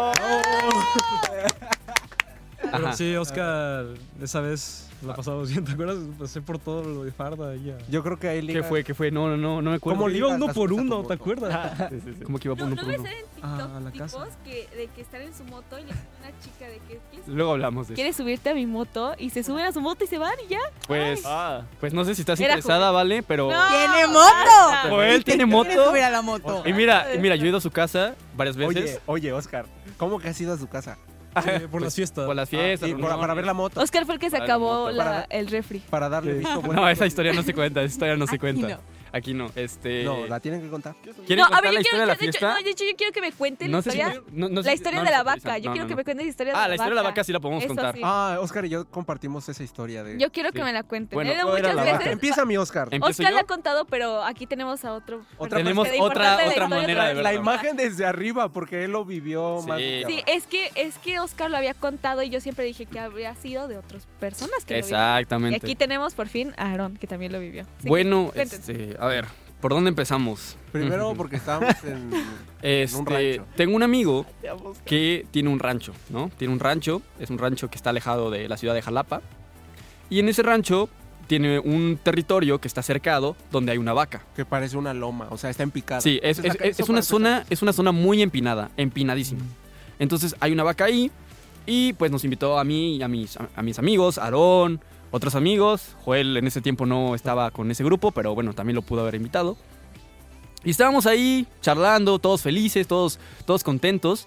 S8: Pero
S7: Ajá.
S8: sí, Oscar, esa vez la pasamos bien, ¿te acuerdas? Pasé por todo lo de farda y ya.
S6: Yo creo que ahí
S7: ¿qué
S6: ligas.
S7: fue? ¿Qué fue? No, no, no, no me acuerdo.
S8: Como
S6: ¿Cómo
S8: le iba
S6: ligas
S8: uno
S6: las
S8: por
S6: cosas a tu
S8: uno, ¿te
S6: moto?
S7: Ah,
S8: acuerdas?
S5: Sí, sí, sí.
S7: ¿Cómo que iba por
S4: Lo,
S7: uno
S4: lo
S7: por
S4: voy a
S7: uno?
S4: hacer en TikTok,
S8: Ah, a la
S4: tipos
S8: casa.
S4: que, de que están en su moto y le dicen a una chica de que ¿quieres,
S7: Luego hablamos de eso.
S4: quieres subirte a mi moto y se suben a su moto y se van y ya.
S7: Pues,
S5: Ah.
S7: pues no sé si estás
S4: Era
S7: interesada, ¿vale? Pero...
S4: No,
S2: ¡Tiene
S4: basta.
S2: moto!
S7: Joel tiene
S2: ¿Quieres
S7: moto.
S2: subir a la moto?
S7: Y mira, y mira, yo he ido a su casa varias veces.
S6: Oye, oye, Oscar, ¿cómo que has ido a su casa? Ah,
S8: Sí, por las fiestas.
S7: Pues, Por las fiestas.
S6: Y por- para,
S7: reuniones.
S6: ver la moto,
S4: Oscar fue el que
S7: Para
S4: se
S7: la
S4: acabó
S7: moto.
S4: la-
S6: Para-
S4: el refri.
S6: para darle visto bueno.
S7: No, esa historia no se cuenta, esa historia no se
S2: Aquí
S7: cuenta.
S2: no.
S7: Aquí no. Este.
S6: No, la tienen que contar.
S7: ¿Quieren
S4: no, a
S7: contar
S4: ver,
S7: la
S4: yo quiero,
S7: historia de la
S4: yo- de hecho,
S7: fiesta?
S4: no, de hecho, yo quiero que me cuenten
S7: No
S4: la
S7: sé si-
S4: historia,
S7: no- no sé
S4: la
S7: si-
S4: historia
S7: no
S4: de
S7: nos
S4: la vaca.
S7: autorizan.
S4: Yo
S7: No,
S4: quiero
S7: no,
S4: que
S7: no.
S4: me cuenten la historia de la
S7: Ah,
S4: vaca.
S7: la historia de la vaca sí la podemos
S4: Eso
S7: contar.
S4: sí.
S6: Ah, Oscar y yo compartimos esa historia de...
S4: Yo quiero que me la cuenten.
S7: Bueno,
S4: He ido
S7: ¿cómo era
S4: muchas
S7: la
S4: veces.
S7: vaca?
S6: Empieza mi Oscar.
S7: Em- ¿Empiezo
S4: Oscar la
S7: yo?
S4: ha contado, pero aquí tenemos a otro.
S6: Otra
S4: personaje
S7: Tenemos
S4: de
S7: otra-
S4: importante de la
S7: Ah, otra
S4: historia
S7: manera de verlo.
S6: La imagen desde arriba, porque él lo vivió
S7: Sí.
S6: más...
S4: Sí, es que, es que Oscar lo había contado y yo siempre dije que habría sido de otras personas que lo vivieron. Y
S7: Exactamente.
S4: aquí tenemos por fin a Aarón, que también lo vivió. Así que
S7: Bueno,
S4: cuenten.
S7: este, a ver, ¿por dónde empezamos?
S6: Primero porque estábamos en... en un
S7: Este,
S6: rancho.
S7: tengo un amigo que tiene un rancho, ¿no? Tiene un rancho, es un rancho que está alejado de la ciudad de Jalapa. Y en ese rancho tiene un territorio que está cercado donde hay una vaca.
S6: que parece una loma, o sea, está en picada.
S7: Sí, es,
S6: Eso está-
S7: es- es
S6: eso
S7: una
S6: para
S7: zona, es una zona muy empinada, empinadísima. Entonces hay una vaca ahí Y pues nos invitó a mí y a mis, a mis amigos, Aarón, otros amigos. Joel en ese tiempo no estaba con ese grupo, pero bueno, también lo pudo haber invitado. Y estábamos ahí charlando, todos felices, todos, todos contentos.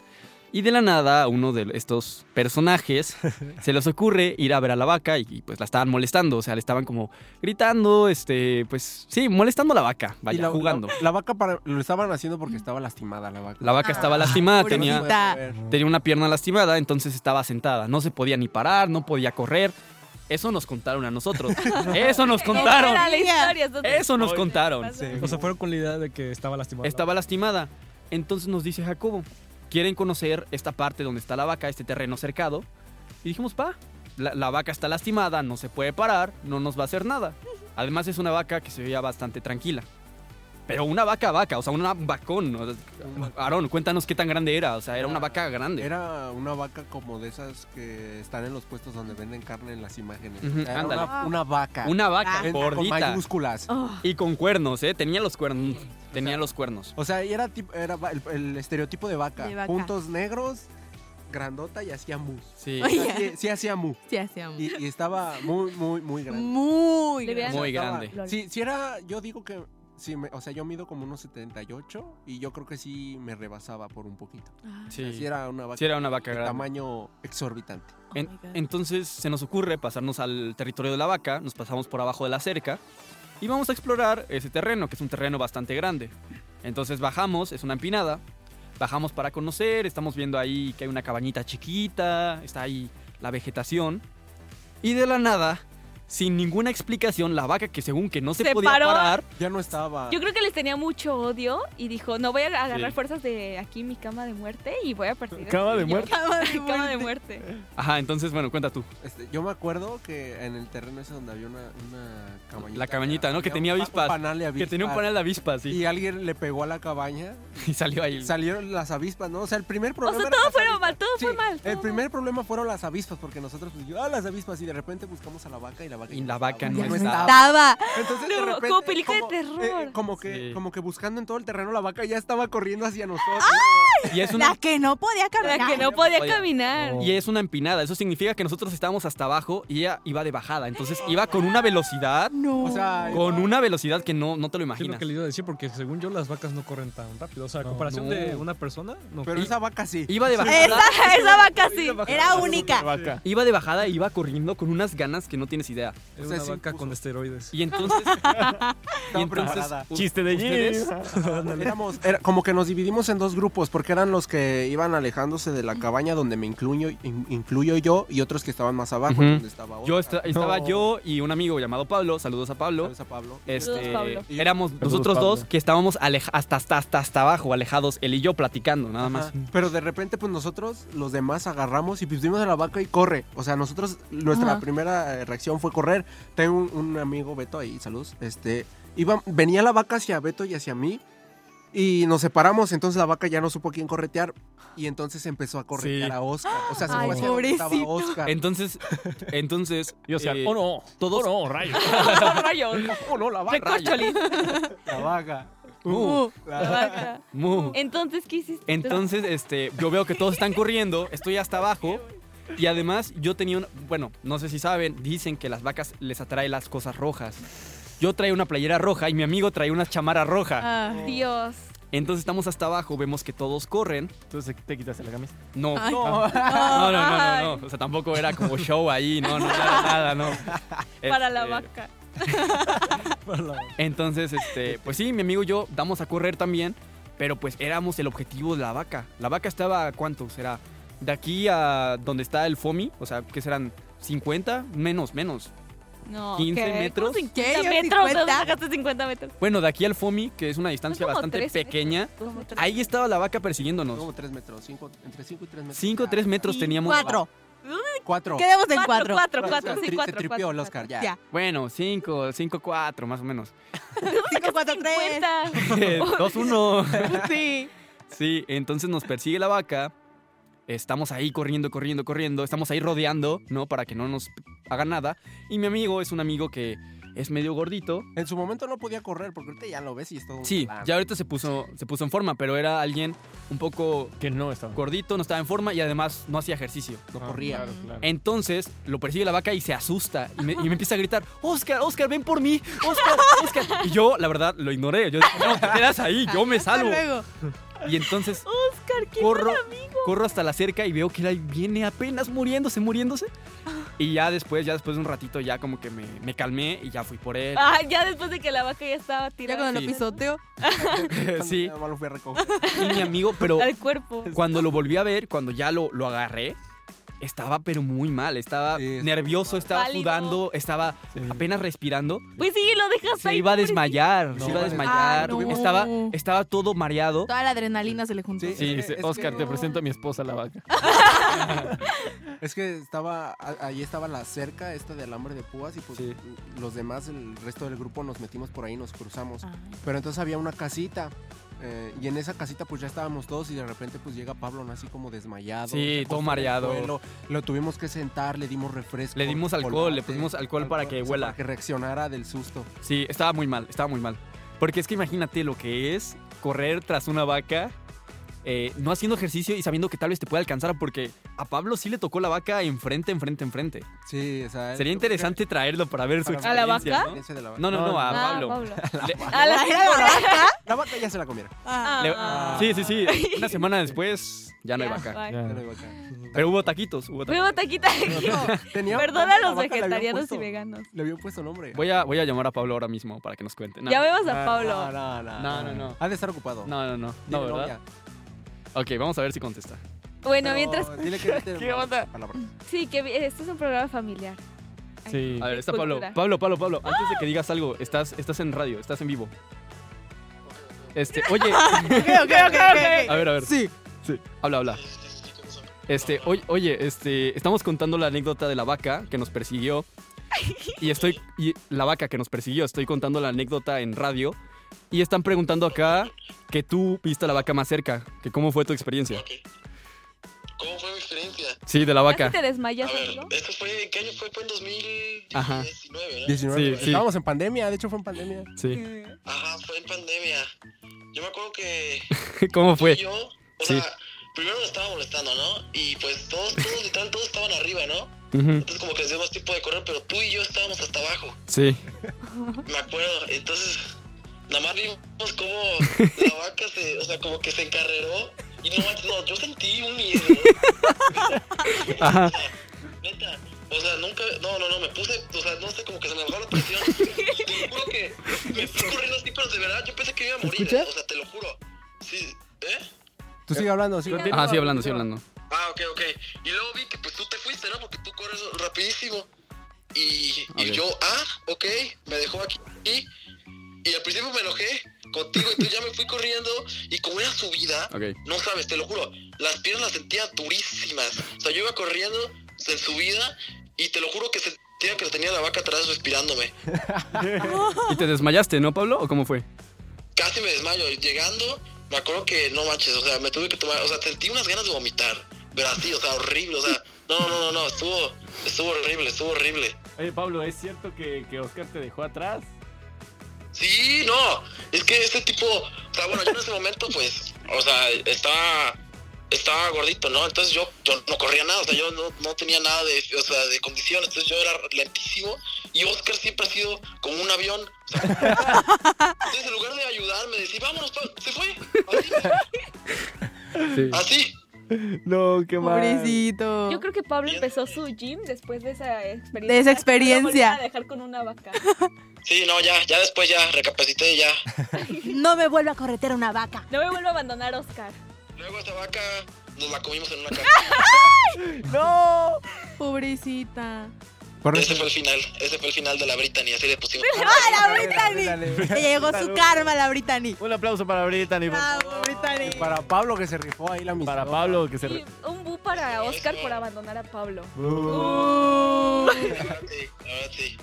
S7: Y de la nada, a uno de estos personajes se les ocurre ir a ver a la vaca y, y, pues la estaban molestando. O sea, le estaban como gritando, este, pues sí, molestando a la vaca, vaya,
S6: Y la-
S7: jugando.
S6: La, la vaca para- lo estaban haciendo porque estaba lastimada la vaca. Ah,
S7: La vaca estaba lastimada, tenía,
S2: pobrecita.
S7: tenía una pierna lastimada, entonces estaba sentada. No se podía ni parar, no podía correr. Eso nos contaron a nosotros. Eso nos contaron.
S4: Era la historia, entonces-
S7: Eso nos contaron.
S8: O sea, fueron con la idea de que estaba lastimado.
S7: Estaba lastimada. Entonces nos dice Jacobo, ¿quieren conocer esta parte donde está la vaca, este terreno cercado? Y dijimos, pa, la, la vaca está lastimada, no se puede parar, no nos va a hacer nada. Además es una vaca que se veía bastante tranquila. Pero una vaca, vaca, o sea, una vacón. ¿no? Aarón, cuéntanos qué tan grande era. O sea, era una vaca grande.
S6: Era una vaca como de esas que están en los puestos donde venden carne en las imágenes.
S7: Ujú,
S6: Era
S7: ándale.
S6: una, una vaca.
S7: Una vaca,
S6: En- con
S7: gordita.
S6: mayúsculas.
S2: Oh,
S7: Y con cuernos, ¿eh? Tenía los cuernos. Tenía los cuernos.
S6: O sea, y era, tip- era va- el, el estereotipo de vaca.
S2: De vaca.
S6: Puntos negros, grandota y hacía mu.
S7: Sí.
S6: O sea, sí, sí hacía mu.
S2: Sí, hacíamos.
S6: Y, y estaba muy, muy, muy grande.
S2: Muy
S4: Le
S2: grande.
S4: hubieran-
S7: Muy
S6: Estaba-
S7: grande.
S6: Sí, sí era, yo digo que... sí me- o sea, yo mido como unos 78 y yo creo que sí me rebasaba por un poquito. O sea, sí
S7: Sí.
S6: era una vaca
S7: Sí, era una vaca
S6: de
S7: grande.
S6: tamaño exorbitante.
S7: En-
S2: Oh my God.
S7: entonces se nos ocurre pasarnos al territorio de la vaca, nos pasamos por abajo de la cerca y vamos a explorar ese terreno, que es un terreno bastante grande. Entonces bajamos, es una empinada, bajamos para conocer, estamos viendo ahí que hay una cabañita chiquita, está ahí la vegetación y de la nada, sin ninguna explicación, la vaca que según que no se,
S4: Se
S7: podía
S4: paró.
S7: parar,
S6: Ya no estaba...
S4: Yo creo que les tenía mucho odio y dijo, no voy a agarrar
S7: Sí.
S4: fuerzas de aquí mi cama de muerte y voy a partir.
S5: ¿Cama de muerte?
S2: Cama de
S4: cama de
S2: muerte.
S4: muerte.
S7: ajá, entonces bueno, cuenta tú,
S6: Este, yo me acuerdo que en el terreno ese donde había una, una cabañita.
S7: La cabañita, ¿no? Que tenía
S6: un pa-
S7: avispas.
S6: un panal de
S7: que tenía un
S6: avispas.
S7: panel de avispas sí,
S6: Y alguien le pegó a la cabaña.
S7: y salió ahí.
S6: Salieron las avispas, ¿no? O sea, el primer
S4: O
S6: problema.
S4: sea,
S6: eran
S4: todo
S6: las
S4: fue
S6: avispas.
S4: mal, todo fue
S6: Sí,
S4: mal.
S6: El
S4: todo
S6: primer problema fueron las avispas, porque nosotros, pues, yo, ah, las avispas, y de repente buscamos a la vaca y la vaca.
S7: Y
S6: ya
S7: la
S6: no
S7: vaca
S6: estaba.
S7: no
S6: Ya
S7: estaba.
S2: Estaba.
S6: Entonces, de
S4: No,
S6: repente,
S4: como película de terror.
S6: como, que,
S7: Sí.
S6: como que buscando en todo el terreno, la vaca ya estaba corriendo hacia nosotros.
S4: ¡Ah!
S7: Y es una
S2: La que no podía
S4: mal.
S2: cargar.
S4: La que no podía
S7: Oye,
S4: caminar.
S8: Oh.
S7: Y es una empinada, eso significa que nosotros estábamos hasta abajo y ella iba de bajada, entonces iba con una velocidad,
S2: No.
S6: O sea,
S7: con una velocidad que no, no te lo
S8: Sí, lo
S7: imaginas.
S8: que le iba a decir, porque según yo las vacas no corren tan rápido. O sea, a comparación
S7: no.
S8: de una persona, no.
S6: pero
S8: Y-
S6: esa vaca sí.
S7: Iba de
S2: esa,
S7: bajada,
S2: esa vaca sí.
S8: vaca.
S2: Era única.
S5: Vaca.
S7: iba de bajada y iba corriendo con unas ganas que no tienes idea.
S8: Era
S6: O sea,
S8: una
S6: sí
S8: vaca
S6: puso.
S8: con esteroides.
S7: Y entonces, y
S6: Estaba
S7: entonces
S6: preparada.
S7: u-
S5: Chiste de
S7: ¿ustedes?
S5: Jimmy.
S6: Éramos- era como que nos dividimos en dos grupos, porque eran los que iban alejándose de la cabaña donde me incluyo, in- incluyo yo y otros que estaban más abajo,
S7: Ujú.
S6: donde estaba otra.
S7: yo esta- estaba
S5: No.
S7: yo y un amigo llamado Pablo, saludos a Pablo.
S6: ¿Sabes a Pablo?
S7: Este,
S4: Saludos, Pablo.
S7: Éramos
S5: Saludos,
S7: nosotros
S5: Pablo.
S7: dos que estábamos aleja- hasta, hasta, hasta, hasta abajo, alejados, él y yo platicando, nada más.
S6: Ajá. Pero de repente, pues nosotros, los demás, agarramos y pusimos a la vaca y corre. O sea, nosotros, nuestra
S2: Ajá.
S6: primera eh, reacción fue correr. Tengo un, un amigo, Beto, ahí, saludos. Este, iba, venía la vaca hacia Beto y hacia mí. Y nos separamos, entonces la vaca ya no supo a quién corretear. Y entonces empezó a corretear
S7: Sí.
S6: a Oscar. O sea, se
S2: Ay,
S6: fue hacia donde estaba
S2: pobrecito.
S6: Oscar.
S7: Entonces, entonces...
S5: Y o sea,
S7: eh,
S5: oh no,
S7: todos-
S5: oh no, rayos.
S4: Rayos.
S6: Oh, no, la vaca.
S7: Recorcholis.
S6: La vaca.
S7: Uh,
S4: La vaca.
S7: mu.
S4: Entonces, ¿qué hiciste?
S7: Entonces, este, yo veo que todos están corriendo, estoy hasta abajo. Y además, yo tenía un. Bueno, no sé si saben, dicen que las vacas les atrae las cosas rojas. Yo traía una playera roja y mi amigo traía una chamara roja.
S2: Ah.
S4: Dios.
S7: Entonces estamos hasta abajo, vemos que todos corren.
S5: Entonces te quitas la camisa.
S7: No, no, no, no, no, no, no. O sea, tampoco era como show ahí, no, no, nada, nada, no.
S4: Para la
S7: Este,
S4: vaca.
S7: Entonces, este, pues sí, mi amigo y yo damos a correr también, pero pues éramos el objetivo de la vaca. La vaca estaba a cuánto será? De aquí a donde está el FOMI, o sea, que serán 50, menos, menos.
S4: No.
S7: 15
S4: ¿qué?
S7: metros.
S4: ¿Cómo 50
S2: ¿Qué? ¿Yo
S4: metros.
S2: 50?
S4: Bajaste 50 metros.
S7: Bueno, de aquí al FOMI, que es una distancia
S4: como
S7: bastante
S4: tres
S7: pequeña,
S4: Como tres.
S7: ahí estaba la vaca persiguiéndonos.
S6: Como 3 metros, cinco, entre 5 y 3 metros.
S7: 5 o 3 metros teníamos.
S2: Cuatro.
S6: 4.
S2: Quedemos en
S4: Cuatro,
S2: cuatro.
S4: cuatro, cuatro, sí,
S6: Te
S4: cuatro,
S6: tripió
S4: cuatro,
S6: el Oscar, ya.
S2: Ya.
S7: Bueno, 5, 5, 4, más o menos.
S2: Cinco, cuatro, tres.
S4: 50.
S7: 2, 1.
S2: Sí.
S7: Sí, entonces nos persigue la vaca. Estamos ahí corriendo, corriendo, corriendo. Estamos ahí rodeando, ¿no? Para que no nos haga nada. Y mi amigo es un amigo que es medio gordito.
S6: En su momento no podía correr, porque ahorita ya lo ves y es todo un
S7: Sí,
S6: galán.
S7: ya ahorita se puso, se puso en forma, pero era alguien un poco
S5: que no estaba
S7: gordito, no estaba en forma y además no hacía ejercicio.
S6: No corría.
S5: Claro, claro.
S7: Entonces lo persigue la vaca y se asusta y me, y me empieza a gritar, Oscar, Oscar, ven por mí, Oscar, Oscar. Y yo, la verdad, lo ignoré. Yo dije, no, te quedas ahí, yo me
S2: Hasta
S7: salvo.
S2: luego.
S7: Y entonces
S4: Oscar, ¿quién
S7: corro, corro hasta la cerca y veo que él ahí viene apenas muriéndose, muriéndose.
S4: Ah.
S7: Y ya después, ya después de un ratito, ya como que me, me calmé y ya fui por él.
S4: Ah, ya después de que la vaca ya estaba
S2: Ya
S4: tirada
S2: cuando
S7: Sí.
S2: lo pisoteo.
S6: Cuando
S7: Sí.
S6: nada más lo fui a recoger.
S7: Y mi amigo, pero
S4: al cuerpo.
S7: cuando lo volví a ver, cuando ya lo, lo agarré, estaba pero muy mal. Estaba
S6: Sí, está
S7: nervioso,
S6: muy mal.
S7: estaba
S4: Pálido.
S7: sudando, estaba apenas respirando.
S4: Pues sí, lo dejas
S7: Se
S4: ahí.
S7: iba a
S4: pobrecito. Ah,
S7: desmayar,
S6: No,
S7: se iba a
S6: vale.
S7: desmayar.
S2: Ay, no.
S7: estaba, estaba todo mareado.
S2: Toda la adrenalina se le juntó.
S6: Sí.
S5: Sí,
S6: Es
S5: dice,
S6: que- es
S5: Oscar,
S6: que
S5: te
S6: no.
S5: presento a mi esposa la vaca.
S6: Es que estaba, a- ahí estaba la cerca esta de alambre de púas y pues los demás, el resto del grupo nos metimos por ahí, nos cruzamos.
S2: Ay.
S6: Pero entonces había una casita eh, y en esa casita pues ya estábamos todos y de repente pues llega Pablo ¿no? así como desmayado.
S7: Sí,
S6: se acostó en
S7: todo
S6: el
S7: mareado.
S6: suelo, lo tuvimos que sentar, le dimos refresco.
S7: Le dimos alcohol,
S6: chocolate,
S7: le pusimos alcohol para que
S6: o sea,
S7: huela.
S6: Para que reaccionara del susto.
S7: Sí, estaba muy mal, estaba muy mal. Porque es que imagínate lo que es correr tras una vaca, eh, no haciendo ejercicio y sabiendo que tal vez te puede alcanzar, porque a Pablo sí le tocó la vaca enfrente, enfrente,
S6: Ah,
S7: enfrente.
S6: Sí, o sea...
S7: Sería interesante traerlo para ver su
S6: Para
S4: ver. ¿A la
S7: experiencia,
S4: vaca?
S6: Ese de la vaca.
S7: No, no, no, no, a
S4: Ah,
S7: Pablo.
S4: Pablo.
S7: Le-
S4: A la
S6: La vaca ya se la comieron.
S2: Ah.
S7: le-
S2: Ah.
S7: sí, sí, sí. Una semana después ya no hay
S4: Ya,
S7: vaca.
S4: bye.
S5: Ya.
S6: Ya no hay vaca.
S7: Pero hubo taquitos, hubo
S4: Fue
S7: taquitos.
S4: una taquita.
S6: Tenía-
S4: Perdona a
S6: la
S4: los
S6: vaca le habían
S4: vegetarianos y
S6: puesto-
S4: veganos.
S6: Le habían puesto nombre.
S7: Voy a, voy a llamar a Pablo ahora mismo para que nos cuente. No,
S4: Ya vemos a
S6: Ah,
S4: Pablo.
S6: No, no,
S7: No,
S6: no.
S7: no, no.
S6: Ha de estar ocupado.
S7: no, no, no. No,
S6: Tiene
S7: ¿verdad?
S6: novia.
S7: Ok, vamos a ver si contesta.
S4: Bueno,
S6: Pero
S4: mientras.
S6: Dile que no te-
S7: ¿Qué onda?
S6: palabra.
S4: Sí, que vi- este es un programa familiar.
S5: Sí.
S7: A ver, está Pablo.
S4: Cultura.
S7: Pablo, Pablo, Pablo, antes de que digas algo, estás, estás en radio, estás en vivo. Este, oye,
S2: Ok, ok, ok, ok,
S7: a
S2: ok.
S7: ver, a ver.
S6: Sí.
S7: Habla, habla. Este, oye, oye, este, estamos contando la anécdota de la vaca que nos persiguió. Y estoy. Y la vaca que nos persiguió, estoy contando la anécdota en radio. Y están preguntando acá que tú viste a la vaca más cerca, que cómo fue tu experiencia.
S12: ¿Cómo fue mi experiencia?
S7: Sí, de la
S4: ¿Casi
S7: vaca.
S4: te
S12: A
S4: desmayas,
S12: ver,
S4: Pablo?
S12: esto fue, ¿qué año fue? Fue en 2019,
S7: Ajá.
S12: ¿no?
S6: 19.
S7: Sí, sí.
S6: Estábamos en pandemia, de hecho fue en pandemia.
S7: Sí.
S12: Ajá, fue en pandemia. Yo me acuerdo que
S7: ¿Cómo fue?
S12: yo, o
S7: Sí.
S12: sea, primero me estaba molestando, ¿no? Y pues todos, todos, literal, todos estaban arriba, ¿no?
S7: Ujú,
S12: Entonces como que hacíamos tiempo de correr, pero tú y yo estábamos hasta abajo,
S7: Sí.
S12: me acuerdo. Entonces, nada más vimos cómo la vaca se, o sea, como que se encarreró. Y no, manches, no, yo sentí un miedo.
S7: Ajá.
S12: Neta, o sea, nunca, no, no, no, me puse, o sea, no sé, como que se me bajó la presión. te lo juro que me fui corriendo así, pero de verdad yo pensé que me iba a morir,
S7: ¿Escuchas?
S12: eh, o sea, te lo juro. Sí, ¿eh?
S6: Tú sigue hablando, sigue hablando.
S7: Ah, sí, hablando, sí, hablando.
S12: Ah, ok, ok. Y luego vi que pues tú te fuiste, ¿no? Porque tú corres rapidísimo. Y, y
S7: Ok.
S12: yo, ah, ok, me dejó aquí. Y, y al principio me enojé contigo y tú ya me fui corriendo. Y como era subida,
S7: Ok.
S12: no sabes, te lo juro, las piernas las sentía durísimas. O sea, yo iba corriendo en subida y te lo juro que sentía que tenía la vaca atrás respirándome.
S7: ¿Y te desmayaste, no, Pablo? ¿O cómo fue?
S12: Casi me desmayo. Y Llegando, me acuerdo que no manches, o sea, me tuve que tomar, o sea, sentí unas ganas de vomitar. Pero así, o sea, horrible, o sea, no, no, no, no, estuvo, estuvo horrible, estuvo horrible.
S5: Oye, Pablo, ¿es cierto que, que Oscar te dejó atrás?
S12: Sí, no, es que este tipo, o sea, bueno, yo en ese momento, pues, o sea, estaba, estaba gordito, ¿no? Entonces yo, yo no corría nada, o sea, yo no, no tenía nada de, o sea, de condición, entonces yo era lentísimo y Oscar siempre ha sido como un avión. o sea. entonces en lugar de ayudarme, decir, vámonos, pa-", se fue, así,
S7: Sí.
S12: así.
S5: No, qué
S2: Pobrecito.
S4: Yo creo que Pablo empezó su gym después de esa experiencia.
S2: De esa experiencia.
S4: Lo volvieron a dejar con una vaca.
S12: Sí, no, ya, ya después ya recapacité, ya.
S2: No me vuelvo a corretear una vaca.
S4: No me vuelvo a abandonar, Oscar.
S12: Luego esta vaca nos la comimos en una casa.
S2: Pobrecita.
S12: Ese fue el final, ese fue el final de pues, la Britannia, así le pusimos.
S2: ¡Ah, la Brittany! Te llegó su karma, la Brittany.
S5: Un aplauso para Brittany. por favor.
S2: ¡Bravo, Brittany!
S6: Y Para Pablo que se rifó ahí la amistad.
S5: Para Pablo, que se...
S4: Y
S5: re-
S4: un bu para Oscar por abandonar a Pablo.
S7: Uh.
S4: Uh,
S12: Sí, ahora sí.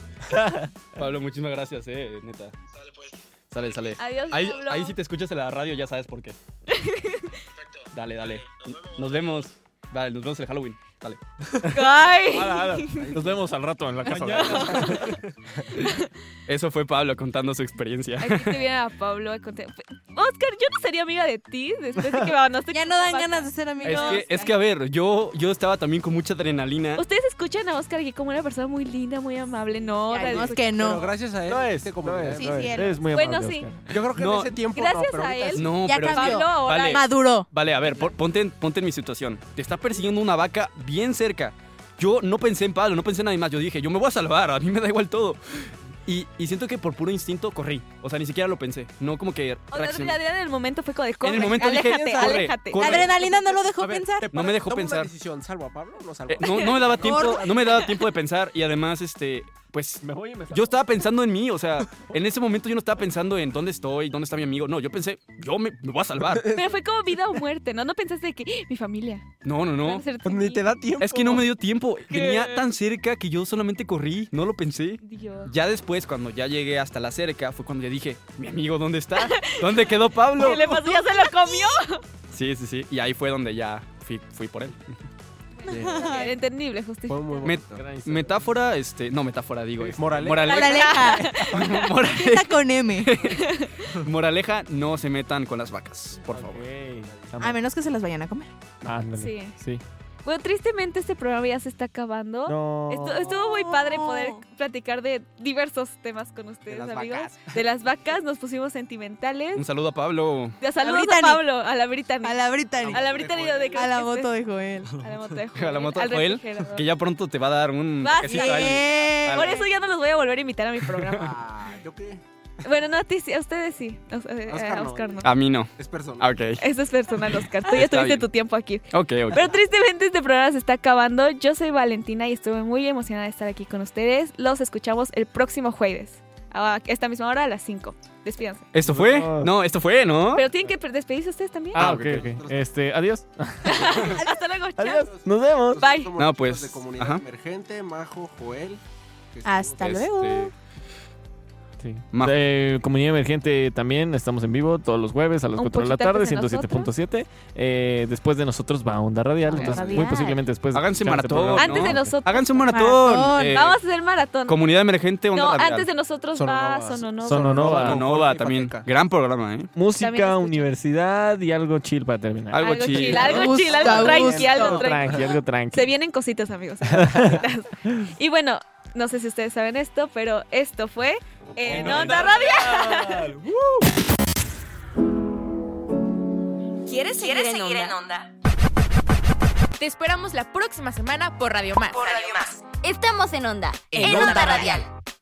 S7: Pablo, muchísimas gracias, eh, neta.
S12: Sale pues.
S7: Sale, sale.
S4: Adiós,
S7: Ahí,
S4: Pablo.
S7: ahí si te escuchas en la radio ya sabes por qué.
S12: Perfecto.
S7: Dale, dale.
S12: Nos vemos.
S7: Nos vemos. Vale, nos vemos el Halloween. Dale.
S4: Ay.
S5: Ala, ala. Nos vemos al rato en la casa.
S7: Eso fue Pablo contando su experiencia.
S4: Aquí te viene a Pablo a contar. Oscar, yo no sería amiga de ti después de que me abandonaste.
S2: Ya no dan ganas de ser amigos.
S7: Es que, es que a ver, yo, yo estaba también con mucha adrenalina.
S4: Ustedes escuchan a Oscar aquí como una persona muy linda, muy amable, ¿no?
S2: Ya, no,
S4: Realmente-
S2: es que no.
S6: Pero gracias a él,
S5: No es,
S6: este
S5: no
S6: comunidad.
S5: es,
S2: Sí,
S5: no
S2: sí,
S5: es.
S2: él.
S5: Eres muy
S4: Bueno,
S5: amable,
S4: sí.
S5: Oscar.
S6: Yo creo que en
S7: No.
S6: ese tiempo
S4: Gracias
S6: no, pero
S4: a
S6: ahorita
S4: él.
S6: sí.
S7: No,
S2: ya
S7: pero es que-
S2: cambió.
S4: Pablo ahora
S7: Vale.
S2: Maduro.
S7: Vale, a ver, pon- ponte, en- ponte en mi situación. Te está persiguiendo una vaca bien cerca. Yo no pensé en Pablo, no pensé en nadie más. Yo dije, yo me voy a salvar, a mí me da igual todo. Y, y siento que por puro instinto corrí. O sea, ni siquiera lo pensé. No como que
S4: O sea,
S7: reaccioné.
S4: la idea en el momento fue como de
S7: En
S4: corre,
S7: el momento dije,
S4: aléjate,
S7: corre,
S4: aléjate.
S2: La
S7: corre.
S2: adrenalina no lo dejó
S6: A ver,
S2: pensar.
S6: te
S7: No me dejó
S6: toma
S7: pensar.
S6: Una decisión, ¿Salvo a Pablo o no salvo?
S7: Eh, no, no me daba tiempo,
S2: Corre.
S7: no me daba tiempo de pensar. Y además, este, pues
S5: Me voy y me salgo.
S7: yo estaba pensando en mí. O sea, en ese momento yo no estaba pensando en dónde estoy, dónde está mi amigo. No, yo pensé, yo me, me voy a salvar.
S4: Pero fue como vida o muerte, ¿no? No pensaste de que "Ih, mi familia.
S7: No, no,
S4: van
S7: no.
S4: a ser
S6: Pues ni
S4: ti".
S6: te da tiempo.
S7: Es que no me dio tiempo.
S4: ¿Qué?
S7: Venía tan cerca que yo solamente corrí, no lo pensé.
S4: Dios.
S7: Ya después, cuando ya llegué hasta la cerca, fue cuando ya dije, mi amigo, ¿dónde está? ¿Dónde quedó Pablo?
S4: ¿Qué le pasó? ¿Ya se lo comió?
S7: Sí, sí, sí. Y ahí fue donde ya fui, fui por él.
S4: Era entendible, justo.
S6: Fue muy
S7: Me-
S6: bonito.
S7: Metáfora, este... No, metáfora, digo. este,
S6: Moraleja.
S7: Moraleja.
S2: Moraleja.
S7: Morale-
S2: Empieza con M.
S7: moraleja, no se metan con las vacas, por favor.
S5: Ok.
S2: A menos que se las vayan a comer.
S5: Ándale.
S4: Sí.
S5: Sí.
S4: Bueno, tristemente este programa ya se está acabando.
S5: No.
S4: Estu- Estuvo muy padre poder platicar de diversos temas con ustedes,
S10: De las
S4: amigos.
S10: vacas.
S4: De las vacas, nos pusimos sentimentales.
S7: Un saludo a Pablo.
S4: Ya saludos a
S2: Brittany.
S4: Pablo, a la Brittany.
S2: A la Brittany.
S4: A la Brittany de
S2: A la
S4: este-
S2: moto de Joel.
S4: A la moto de Joel.
S7: A la moto de
S4: al
S7: Joel,
S4: refrigerador.
S7: Que ya pronto te va a dar un...
S4: Va a
S7: toquecito
S4: ser.
S7: ahí.
S2: Eh,
S4: Por eso ya no los voy a volver a invitar a mi programa.
S6: Ah, ¿yo qué?
S4: bueno, no a ti, sí, a ustedes sí. A, eh,
S6: Oscar
S4: a
S6: no.
S4: Oscar no.
S7: A mí no. Ah,
S6: Es personal.
S7: Ok.
S4: Eso es personal, Oscar. Tú ya
S7: Ah, Está
S4: tuviste
S7: bien.
S4: tu tiempo aquí.
S7: Ok, ok.
S4: Pero tristemente este programa se está acabando. Yo soy Valentina y estuve muy emocionada de estar aquí con ustedes. Los escuchamos el próximo jueves. A esta misma hora, a las 5. Despídanse.
S7: ¿Esto fue? No, esto fue, ¿no?
S4: Pero tienen que despedirse ustedes también.
S5: Ah,
S7: Ah,
S5: ok,
S7: ok,
S5: ok. Este, adiós.
S4: Hasta luego, chao.
S5: Adiós. Nos vemos.
S6: Nosotros
S4: Bye.
S6: somos
S7: No,
S6: chicos
S7: pues,
S6: De comunidad
S7: ajá.
S6: emergente, Majo, Joel. que
S2: Hasta
S7: Este,
S6: estuvimos-
S2: luego.
S5: Sí.
S7: Ma-
S5: Eh, Comunidad Emergente también, estamos en vivo todos los jueves a las
S4: Un
S5: 4 de la
S4: poquito
S5: tarde,
S4: antes de
S5: 107.7. Eh, después de nosotros va Onda Radial,
S4: Onda
S5: entonces
S2: Radial.
S5: muy posiblemente después
S7: Háganse
S5: escuchar este
S7: maratón,
S5: programa.
S4: Antes de
S7: No.
S4: nosotros.
S7: Háganse un maratón.
S2: Maratón.
S7: Eh,
S4: Vamos a hacer maratón.
S7: Comunidad emergente, onda
S4: no,
S7: radial.
S4: antes de nosotros va
S6: Sononova.
S4: Sononova.
S5: Sononova,
S7: Nova,
S6: Jorge y
S7: también.
S6: Pateca.
S7: Gran programa, ¿eh?
S4: También
S5: música,
S4: escucho.
S5: universidad y algo chill para terminar.
S7: Algo
S4: Algo
S7: chill.
S4: chill, algo chill, algo
S2: Gusto,
S4: tranqui, algo
S5: Algo
S4: tranqui.
S5: tranqui, algo tranqui.
S4: Se vienen cositas, amigos. cositas. y bueno, no sé si ustedes saben esto, pero esto fue En Onda Radio.
S11: ¿Quieres seguir,
S1: ¿Quieres
S11: en,
S1: seguir
S11: onda?
S1: en onda?
S11: Te esperamos la próxima semana por Radio Más.
S1: Por Radio Más.
S11: Estamos en Onda.
S1: En Onda Radial.
S11: Radial.